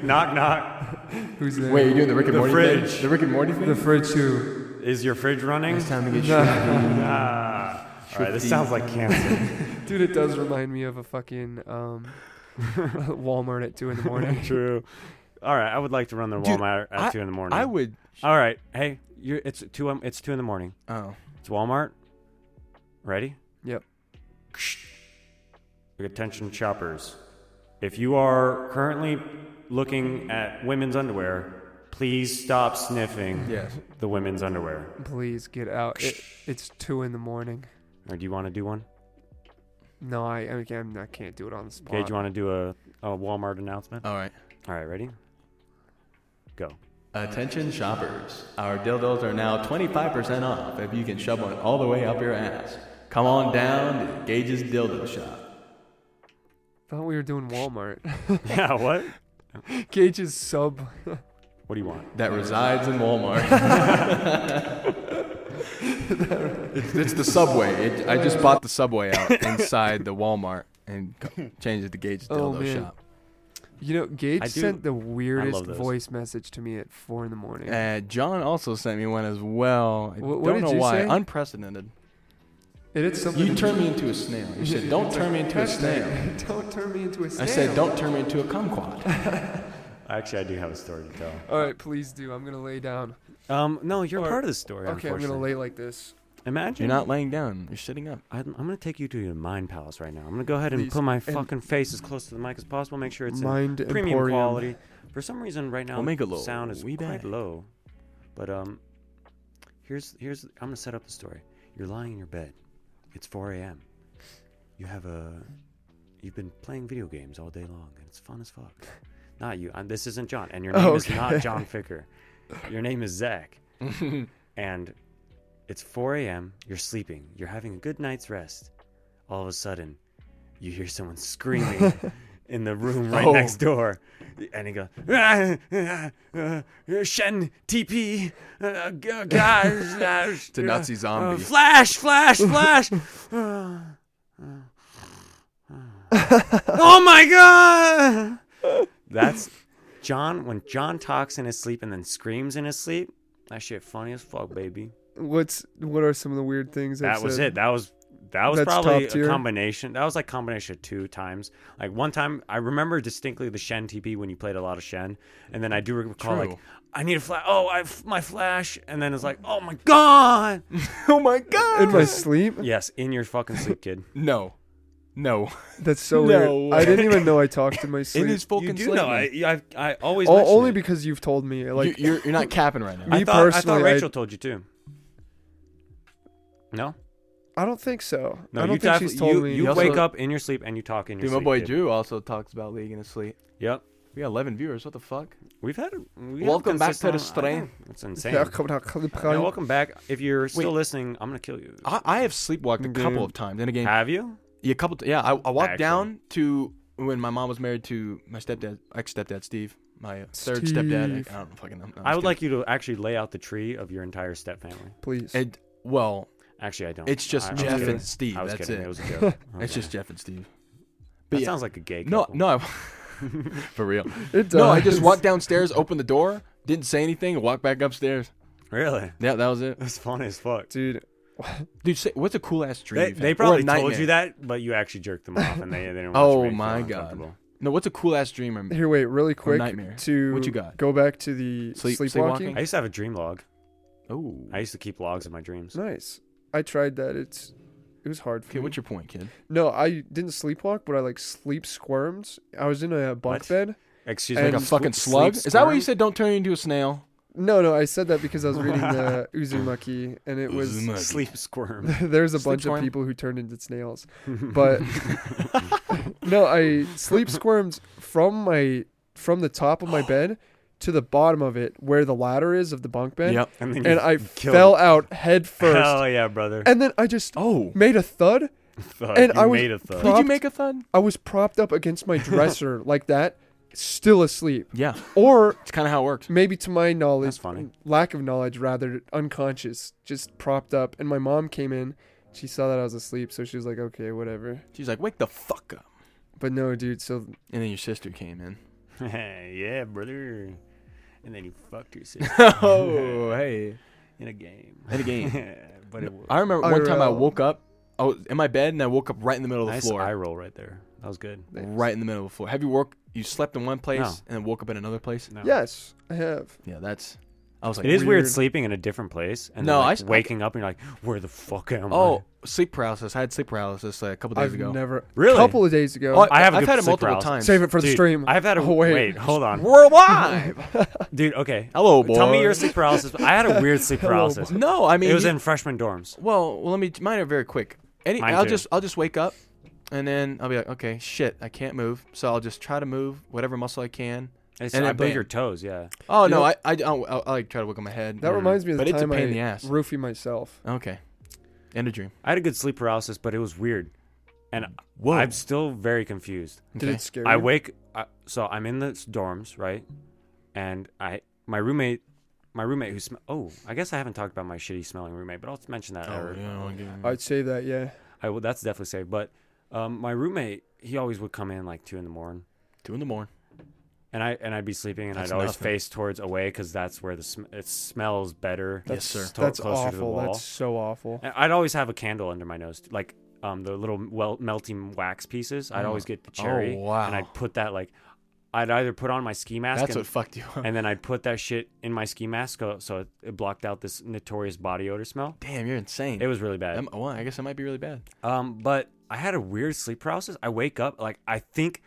knock knock.
Who's there?
Wait, you're doing the Rick and
The
Morty
fridge.
thing? The Rick and Morty thing?
The fridge who?
Is your fridge running?
it's time to get shit.
Ah. All right, this sounds like cancer.
Dude, it does remind me of a fucking um, Walmart at two in the morning.
True. All right, I would like to run the Walmart at two in the morning.
I would.
All right, hey, you're, it's two. Um, it's two in the morning.
Oh.
It's Walmart. Ready?
Yep.
Attention shoppers. If you are currently looking at women's underwear, please stop sniffing
Yes.
the women's underwear.
Please get out. It, it's two in the morning.
Or do you want to do one?
No, I I, can't- I can't do it on the spot.
Okay, do you want to do a, a Walmart announcement?
All right.
All right, ready? Go.
Attention shoppers. Our dildos are now 25% off if you can shove one all the way up your ass. Come on down to Gage's Dildo Shop.
Thought we were doing Walmart.
yeah, what?
Gage's sub.
What do you want?
That resides in Walmart. it's, it's the subway. It, I just bought the subway out inside the Walmart and co- changed it to Gage's
Oh,
Dildo
man.
Shop.
You know, Gage
I do-
sent the weirdest
those.
voice message to me at four in the morning.
Uh, John also sent me one as well. I
Wha- what
don't
did
know
you
why.
say?
Unprecedented.
It is something.
You
to-
turned me into a snail. You said, "Don't turn me into a snail."
Don't turn me into a snail.
I said, "Don't turn me into a kumquat."
Actually, I do have a story to tell.
All right, please do. I'm gonna lay down.
Um, no, you're
Or-
part of the story.
Okay, I'm gonna
unfortunately.
lay like this.
Imagine
You're not laying down. You're sitting up.
I'm, I'm gonna take you to your mind palace right now. I'm gonna go ahead and
Please,
put my
and-
fucking face as close to the mic as possible. Make sure it's in
Mind
premium
Emporium.
quality. For some reason, right now
We'll make it
the
low.
sound is
We
quite
back.
low. But um, here's here's I'm gonna set up the story. You're lying in your bed. It's 4 a.m. You have a you've been playing video games all day long, and it's fun as fuck. not you. i this isn't John, and your name is not John Ficker. Your name is Zach. and it's 4 a.m. You're sleeping. You're having a good night's rest. All of a sudden, you hear someone screaming in the room right
Oh.
next door, and he goes, "Ah, ah, ah, "Shen TP, uh, g- uh, guys, uh,
a Nazi zombie.
flash, flash, flash." oh my god! That's John. When John talks in his sleep and then screams in his sleep, that shit funny as fuck, baby.
What's what are some of the weird things? I've
That was
said?
it. That was that was
That's
probably
top tier.
a combination. That was like combination of two times. Like one time, I remember distinctly the Shen TP when you played a lot of Shen, and then I do recall like
True.
I need a flash. Oh, I f- my flash, and then it's like oh my god.
oh my god!
In my sleep?
yes, in your fucking sleep, kid.
no, no.
That's so
No
weird.
way.
I didn't even know I talked in my
In
sleep.
his fucking
you do
sleep.
know.
man.
I, I I always
O-
mention
only
it.
because you've told me. Like
you, are you're not capping right now.
me
I thought, I
personally,
thought
I-
Rachel told you too. No,
I don't think so.
no.
I
you
don't think
def-
she's told
you,
me.
you
You
wake
also-
up in your sleep and you talk in your
Dude, my
sleep.
boy
kid.
Drew also talks about League in his sleep.
Yep.
We got 11 viewers. What the fuck?
We've had. We have
Welcome back to the
consistent- I know.
stream.
It's insane.
Yeah, come on, come
Now,
on.
welcome back. If you're still listening, I'm gonna kill you.
I, I have sleepwalked a couple
Dude.
of times in a game.
Have you?
Yeah, a couple. T- yeah, I, I walked
Actually.
down to when my mom was married to my stepdad, ex stepdad Steve, my third stepdad. I, I don't fucking know. No, I'm
I would
just
like you to actually lay out the tree of your entire step family.
please.
kidding. It, well,
Actually, I don't.
It's just
I- I was
Jeff
kidding.
and Steve,
I was
that's
kidding.
it.
was a joke. Okay.
it's just Jeff and Steve.
That
yeah.
sounds like a gay.
No,
couple.
no, I, for real.
It does.
No, I just walked downstairs, opened the door, didn't say anything, and walked back upstairs.
Really?
Yeah, that was it.
That's funny as fuck.
dude.
Dude, say, what's a cool ass dream?
They,
you've
they
had? Or a
probably told
nightmare?
you that, but you actually jerked them off, and they, they didn't. Want you to
Oh
make you
my
feel
god.
uncomfortable.
No, what's a cool ass dream? or-
Here, wait, really quick.
nightmare.
To
What you got?
Go back to the
Sleep-
sleepwalking.
I used to have a dream log.
Oh.
I used to keep logs of my dreams.
Nice. I tried that. It's it was hard for
Okay,
me.
what's your point, kid?
No, I didn't sleepwalk, but I like sleep squirmed. I was in a bunk
What?
bed.
Excuse me.
Like
Like a
And
squ-
fucking
sleep
slug? Is that what you
squirm?
said? Don't turn into a snail.
No, no, I said that because I was reading the Uzumaki, and it was
Uzumaki.
Sleep squirm.
there's a
Sleep
bunch
squirm.
of people who turned into snails, but no, I sleep squirmed from my from the top of my bed to the bottom of it where the ladder is of the bunk bed,
Yep.
and, then you
and I
killed
fell
it.
out head first,
Hell yeah, brother!
and then I just
Oh.
made a thud.
Thug.
and
you
I was
made a thug.
pro-
Did you
Propped-
make a thud?
I was propped up against my dresser like that, still asleep,
Yeah.
or
It's kind of how it works.
maybe to my knowledge,
That's funny.
lack of knowledge rather, unconscious, just propped up. And my mom came in. She saw that I was asleep, so she was like, "Okay, whatever."
She's like, wake the fuck up.
But no, dude. So
And then your sister came in.
yeah, brother. And then he fucked your sister
oh, hey.
in a game.
In a game.
but it was
I remember one time I
IRL.
woke up. I was in my bed and I woke up right in the middle of the
nice
floor.
eye roll right there. That was good.
right in the middle of the floor. Have you woke? You slept in one place
No.
and then woke up in another place.
No.
yes, I have.
Yeah, that's. I was like,
It is weird
weird.
sleeping in a different place and
No,
then,
I
like,
s- I-
waking up and you're like, where the fuck am
oh, sleep paralysis. I had sleep paralysis like, a couple days
I've
ago.
never.
Really?
Couple of days ago.
Oh,
I have a
I've
good
had it
sleep
multiple
paralysis.
times.
save it for
I?
the
Dude,
stream.
I've had a
Oh, wait.
wait. Hold on,
We're alive.
dude. Okay,
Hello, boy.
tell me your sleep paralysis. I had a weird sleep paralysis.
No, I mean
it was
you-
in freshman dorms.
Well, well, let me. Mine are very quick. Any,
Mine
I'll
too.
just, I'll just wake up, and then I'll be like, okay, shit, I can't move. So I'll just try to move whatever muscle I can.
It's,
And
I
it
believe
bam.
your toes. Yeah.
Oh
You
no,
know-
I, I, I'll, I'll, I'll, like try to wiggle my head.
That reminds me of the
but it's a
time
pain in the
I
ass.
roofie myself.
Okay, end of dream.
I had a good sleep paralysis, but it was weird, and
Whoa.
I'm still very confused.
Did
Okay.
it scare you?
I wake. I, so I'm in the s- dorms, right? And I, my roommate, my roommate who sm- oh, I guess I haven't talked about my shitty smelling roommate, but I'll mention that.
Oh,
later.
yeah, I wanna get-
I'd say that. Yeah.
I will. That's definitely safe. But um, my roommate, he always would come in like two in the morning,
Two in the morning.
and I and I'd be sleeping, and
That's
I'd always
nothing.
face towards away because that's where the sm- it smells better.
Yes, sir.
It's to-
That's
closer to the
awful.
wall.
That's so awful.
And I'd always have a candle under my nose, like um, the little wel- melting wax pieces. I'd
Oh.
always get the cherry,
Oh, wow.
and I'd put that like, I'd either put on my ski mask,
That's
and,
what fucked you up.
and then I'd put that shit in my ski mask, uh, so it, it blocked out this notorious body odor smell.
Damn, you're insane.
It was really bad.
That- well, I guess that might be really bad.
Um, but I had a weird sleep paralysis. I wake up like I think,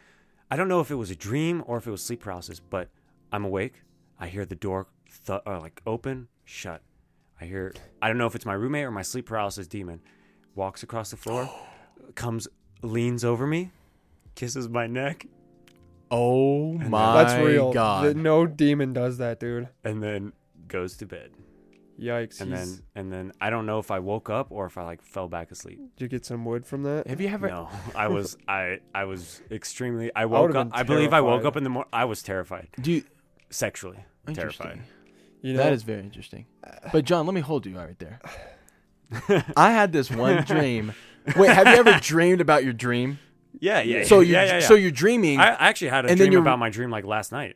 I don't know if it was a dream or if it was sleep paralysis, but I'm awake. I hear the door th- uh, like open, shut. I hear. I don't know if it's my roommate or my sleep paralysis demon. Walks across the floor, comes, leans over me, kisses my neck,
Oh my
That's real.
god.
The- no demon does that, dude.
and then goes to bed.
Yikes.
And
he's-
then and then I don't know if I woke up or if I like fell back asleep.
Did you get some wood from that?
Have you ever?
No, I was I I was extremely. I woke
would've
up.
been
I believe I woke
terrified.
up in the morning. I was terrified.
Do you,
sexually terrified.
Interesting.
You know,
that is very interesting. But John, let me hold you right there. I had this one dream. Wait, have you ever dreamed about your dream?
Yeah, yeah.
So
yeah,
you,
yeah, yeah,
so you're dreaming.
I
I,
I actually had a
and then
dream
you're-
about my dream like last night.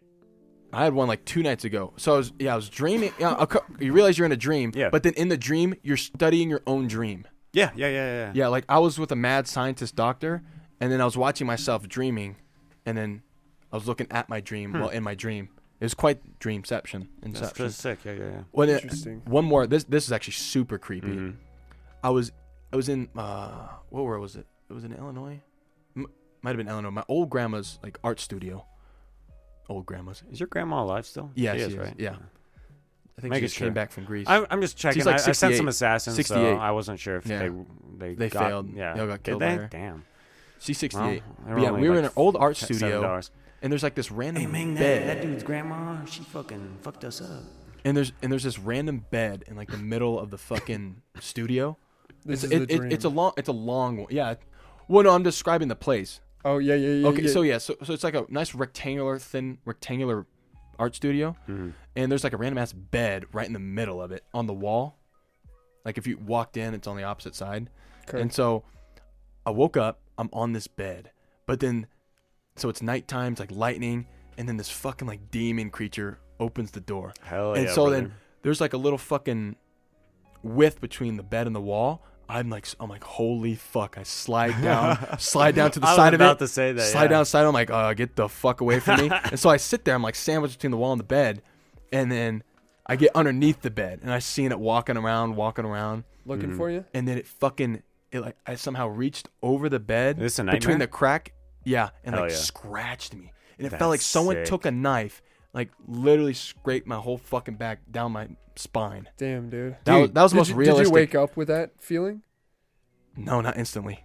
had one like two nights ago. So I was, yeah, I was dreaming. Yeah, a cou- you realize you're in a dream.
Yeah.
But then in the dream, you're studying your own dream.
Yeah, yeah, yeah,
Yeah, like I was with a mad scientist doctor, and then I was watching myself dreaming, and then I was looking at my dream while in my dream. It was quite dreamception.
Hmm. That's
Inception.
pretty sick. Yeah, yeah, yeah.
Well, then,
Interesting.
One more. This this is actually super
Mm-hmm.
creepy. I was I was in uh what where was it? It was in Illinois. M- might have been Illinois. My old grandma's like art studio. Old grandma's.
Is your grandma alive still?
Yeah,
she,
she
is,
is,
right?
yeah. I think
Making
she just
sure.
came back from Greece.
I'm, I'm just checking.
like
I, I sent
68.
some assassins,
68.
so I wasn't sure if
Yeah.
they they,
They
got-
failed.
Yeah,
They all
Did
got killed by
they?
her.
Damn.
She's
Well,
68.
they
But yeah,
only
we were
like
in an old
f-
art
ten-
studio,
$7.
and there's like this random bed,
that, that dude's grandma, she fucking fucked us up.
and there's and there's this random bed in like the middle of the fucking studio.
This
it's
is
it-
the
it-
dream.
it's a long it's a long one. Yeah. Well, no, I'm describing the place.
Oh yeah, yeah, yeah.
Okay,
yeah.
so yeah, so, so it's like a nice rectangular, thin rectangular art studio, and there's like a random ass bed right in the middle of it on the wall. Like if you walked in, it's on the opposite side.
Okay.
And so I woke up, I'm on this bed, but then so it's nighttime, it's like lightning, and then this fucking like demon creature opens the door,
Hell
and
yeah.
so
brother.
then there's like a little fucking width between the bed and the wall. I'm like, I'm like, holy fuck! I slide down, slide down to the
I was
side of it.
about to say that,
Slide
yeah.
down, slide. I'm like, uh, get the fuck away from me! and so I sit there. I'm like sandwiched between the wall and the bed, and then I get underneath the bed, and I seen it walking around, walking around,
Looking
Mm-hmm.
for you.
and then it fucking, it like, I somehow reached over the bed
This a nightmare?
between the crack, yeah, and
Hell
like
yeah.
scratched me, and it
That's
felt like someone
sick.
took a knife, Like literally scraped my whole fucking back down my spine.
Damn, dude.
That was- that was the
did
most
you- Did
realistic-
you wake up with that feeling?
No, not instantly.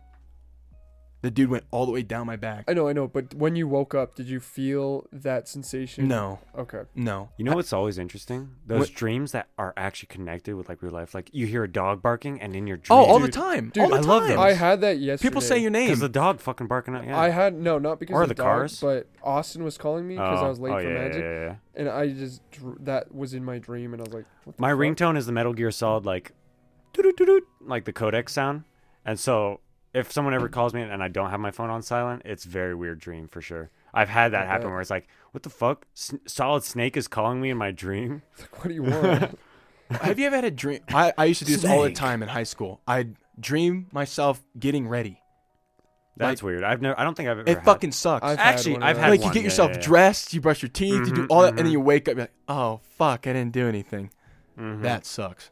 The dude went all the way down my back.
I know, I know, but when you woke up, did you feel that sensation?
No,
Okay.
no.
You know what's always interesting? Those
What-
dreams that are actually connected with like real life. Like you hear a dog barking, and in your dream,
Oh, all the
Dude,
time.
dude,
all the
I love
time.
those.
I had that yesterday.
People say your name.
because the dog fucking barking out. Yeah.
I had no, not because
Or
of
the
dog,
cars.
but Austin was calling me because I was late
oh,
for
yeah,
magic,
Yeah, yeah, yeah.
and I just dr- that was in my dream, and I was like, what the
My
fuck?
ringtone is the Metal Gear Solid like, doo-doo-doo-doo, like the codec sound, and so if someone ever calls me and I don't have my phone on silent, it's a very weird dream for sure. I've had that
I
happen
bet.
where it's like, what the fuck? S- Solid Snake is calling me in my dream.
It's like, what do you want?
Have you ever had a dream? I, I used to do this all the
Snake.
time in high school. I'd dream myself getting ready.
That's weird. I've never. I don't think I've ever.
It
had-
fucking sucks.
I've had
Actually,
one of
I've
those.
had
like
one.
you get
Yeah,
yourself
yeah, yeah.
dressed, you brush your teeth, you do
Mhm,
all that, and then
mhm.
you wake up, you're like, oh fuck, I didn't do anything.
Mhm.
That sucks.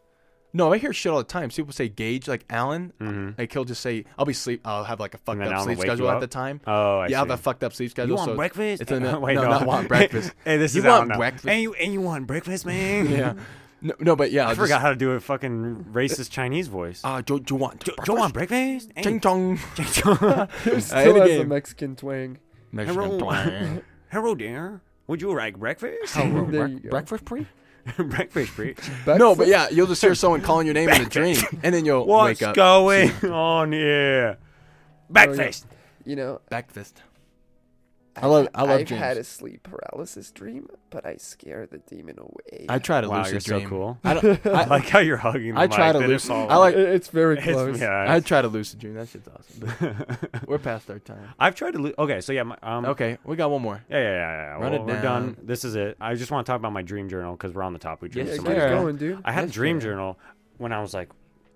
No, I hear shit all the time. People say Gage, like Alan,
Mhm.
like he'll just say, I'll be sleep, I'll have like a fucked
then
up
Alan
sleep
will wake you
schedule at
up?
the time.
Oh, I
yeah, I
see.
have a fucked up sleep schedule.
You want
so
breakfast?
It's in the,
Wait,
no,
no.
not want breakfast.
hey, this
You
is out
want
now.
breakfast?
And you and you want breakfast, man?
yeah. No, no, but yeah,
I
I'll just-
forgot how to do a fucking racist Chinese voice.
Uh, do, do you want?
Do, do you want breakfast? Hey,
Ching chong.
It
I had
still
a
has the
game.
Mexican twang.
Mexican
twang.
Hello, dear. Would you like breakfast?
There you go.
Oh, breakfast pre?
breakfast, please.
No,
Breakfast-
but yeah, you'll just hear someone calling your name in a dream, and then you'll
What's
wake up.
going on here? Breakfast.
you know,
Breakfast. I love. I love
I've
dreams.
had a sleep paralysis dream, but I scare the demon away.
I try to
Wow,
lucid
you're so
dream.
cool.
I don't.
I
I,
like how you're hugging. The
I try
mic,
to
then it's
loosen-
all-
I like-
It- it's very
It's-
close.
yeah,
I try to lucid dream. That shit's awesome. but We're past our time.
I've tried to. Lo- okay, so yeah, my, um,
Okay, we got one more.
Yeah, yeah, yeah. yeah.
Run
well,
it
We're
down.
done. This is it. I just want to talk about my dream journal because we're on the topic.
Yes,
Yeah, keep
Somebody sir. else.
going, dude.
I had a
Yes,
dream
sir.
journal when I was like,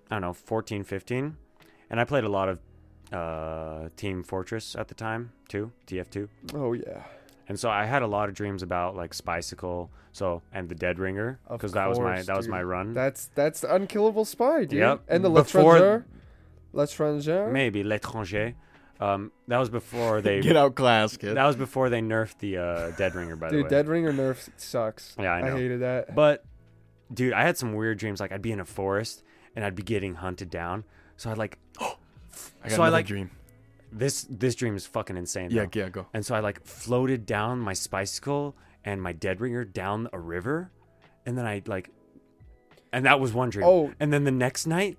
I don't know, 14, 15. And I played a lot of uh, Team Fortress at the time, too, TF2.
Oh yeah.
And so I had a lot of dreams about like Spicicle, so and the Dead Ringer
Of
because that was my
course,
that was my
dude.
run.
That's that's the unkillable spy, dude.
Yep.
And the
Before-
L'Etranger. L'Etranger.
Maybe L'étranger. Um, that was before they
Get out, class, kid.
that was before they nerfed the uh, Dead Ringer by the
Dude,
way.
Dead Ringer nerf sucks.
Yeah, I know.
hated that.
But dude, I had some weird dreams. Like I'd be in a forest and I'd be getting hunted down. So I'd like
I got
so I
another
like-
dream.
this this dream is fucking insane.
Yeah,
though.
yeah, go.
And so I like floated down my spicicle and my dead ringer down a river, and then I like, and that was one dream.
Oh.
And then the next night,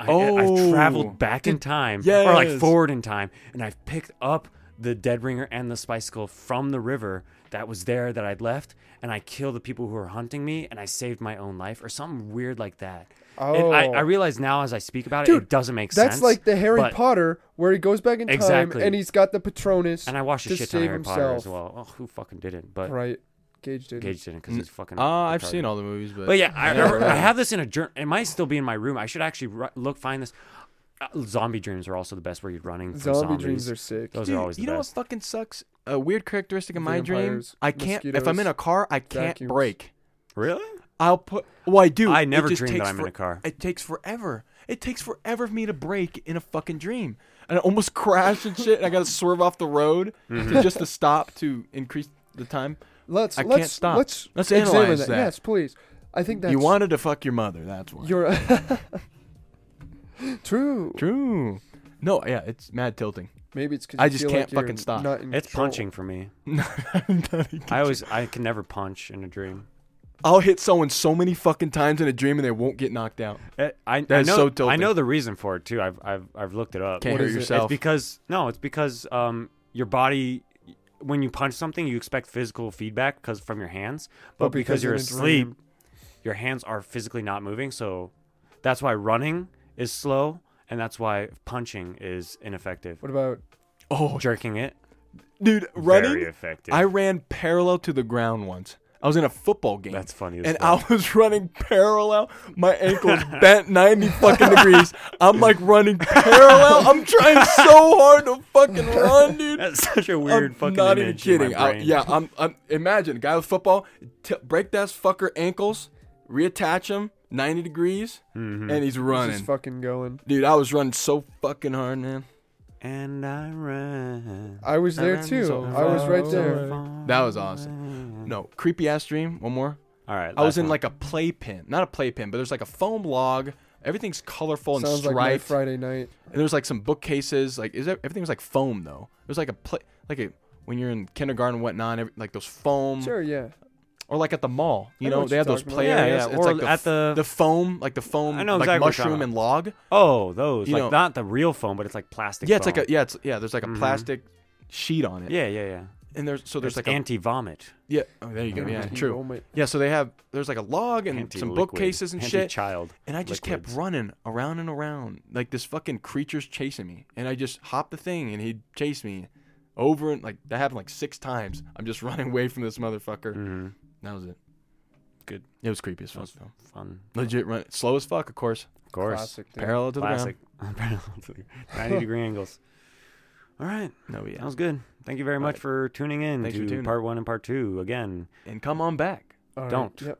I,
Oh.
I traveled back in time, or like
yes.
forward in time, and I've picked up the dead ringer and the spicicle from the river that was there that I'd left, and I kill the people who are hunting me, and I saved my own life, or something weird like that. And I,
Oh.
I realize now as I speak about it,
Dude,
it doesn't make sense.
that's like the Harry
but-
Potter where he goes back in time
Exactly.
and he's got the Patronus.
And I watched a
to
shit ton of
save
Harry Potter as
himself.
well. Oh, who fucking didn't? But
right. Gage did.
Gage didn't because
N-
he's fucking.
Uh, I've
retarded.
seen all the movies, but,
But yeah, I,
Yeah,
I, I
right.
have this in a journal. It might still be in my room. I should actually ru- look find this. Uh, zombie dreams are also the best where you're running from
Zombie
zombies.
dreams are sick.
Those
Dude,
are always the
you know
best.
what fucking sucks? A weird characteristic in my dream.
Vampires,
I can't. If I'm
mosquitoes,
in a car, I can't
vacuums.
brake.
Really?
I'll put. Well, I do.
I
It
never
just
dream that
takes
I'm in
for-
a car.
It takes forever. It takes forever for me to break in a fucking dream, and I almost crash and shit. And I gotta swerve off the road
Mm-hmm.
to just to stop to increase the time.
Let's
I
let's
can't stop.
let's
Let's
examine
analyze that.
Yes, please. I think that's
you wanted to fuck your mother. That's why.
your True.
True. No, yeah, it's mad tilting.
Maybe it's because
I just can't fucking stop.
Not in
It's
control.
punching for me. I
I
always, I can never punch in a dream.
I'll hit someone so many fucking times in a dream and they won't get knocked out.
It, Eh, I,
That
I
is
know,
so
I
tilting.
know the reason for it too. I've, I've, I've looked it up.
Can't
What
hurt
is it? It's
It's
yourself.
because no, it's because um your body when you punch something you expect physical feedback because from your hands, but,
But
because,
because
you're
in a
asleep,
dream-
your hands are physically not moving. So that's why running is slow, and that's why punching is ineffective.
What about
oh,
Jerking it,
dude,
very
running.
effective.
I ran parallel to the ground once. I was in a football game.
that's funny. as
and
fuck.
I was running parallel. My ankle's bent 90 fucking degrees. I'm like running parallel. I'm trying so hard to fucking run, dude.
that's such a weird
I'm
fucking
not even
image in my
kidding. I-
brain.
yeah, I'm, I'm. Imagine a guy with football, t- break that fucker ankles, reattach him 90 degrees,
Mm-hmm.
and he's
just
running.
fucking going?
Dude, I was running so fucking hard, man.
And I ran.
I was there too. I was right there.
That was awesome. No, creepy ass dream. One more.
All right.
I
last
was in
one.
like a playpen, not a playpen, but there's like a foam log. Everything's colorful and
Sounds like my
striped.
Friday night.
and there was like some bookcases. Like is that, everything was like foam though. It was like a play, like a when you're in kindergarten and whatnot, every, like those
Mm.
foam,
Sure, yeah.
or like at the mall. You
I know
know,
what
they
you're
have those
talking about.
play
Yeah,
areas.
yeah,
It's
or
like the,
at
f-
the-
the foam, like the foam,
I know
like
exactly what you're talking
mushroom
about.
and log.
oh those
you
like
know-
not the real phone, but it's like plastic.
yeah, it's
foam.
like a yeah, it's yeah. There's like a
Mhm.
plastic sheet on it.
yeah, yeah, yeah.
and there's so there's
It's
like a
anti vomit.
yeah. Oh, there you go. Yeah,
Guaranteed
true.
moment.
Yeah, so they have there's like a log and
Anti
some bookcases and shit.
Child.
And I just
liquids.
kept running around and around. Like this fucking creature's chasing me. And I just hopped the thing and he'd chase me over and like that happened like six times. I'm just running away from this motherfucker.
Mhm.
That was it.
Good.
It was creepy as fuck. though.
Fun.
Legit run slow as fuck, of course.
Of course.
Classic thing.
Parallel to the
Classic. Parallel to the- 90 degree angles. All right.
ground. No,
That
yeah.
was good. Thank you very much
right.
for tuning in
Thanks
to
for tuning.
part one and part two. Again,
And come on back.
All right,
Don't.
Yep.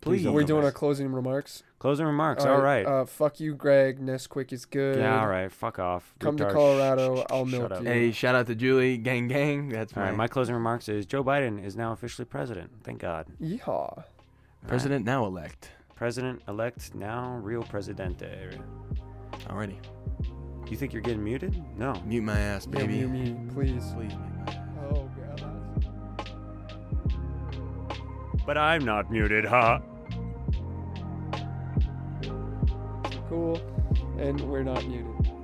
Please
Please.
don't
We're
come
doing our
back.
closing remarks.
closing remarks.
All
All right.
Uh, fuck you, Greg. Nesquik is good.
yeah, all right. Fuck off.
Come to
Retard. Shh,
Colorado,
shh, shh,
I'll
shut
milk
up.
you.
Hey, shout out to Julie, gang gang. That's
All
my,
right. My closing remarks is Joe Biden is now officially president. Thank God.
Yeehaw.
president now elect.
President elect now real presidente.
Already.
You think you're getting muted? No.
Mute my ass,
Yeah,
baby.
you, me, please.
Please mute my ass.
Oh, God.
But I'm not muted, huh?
Cool. And we're not muted.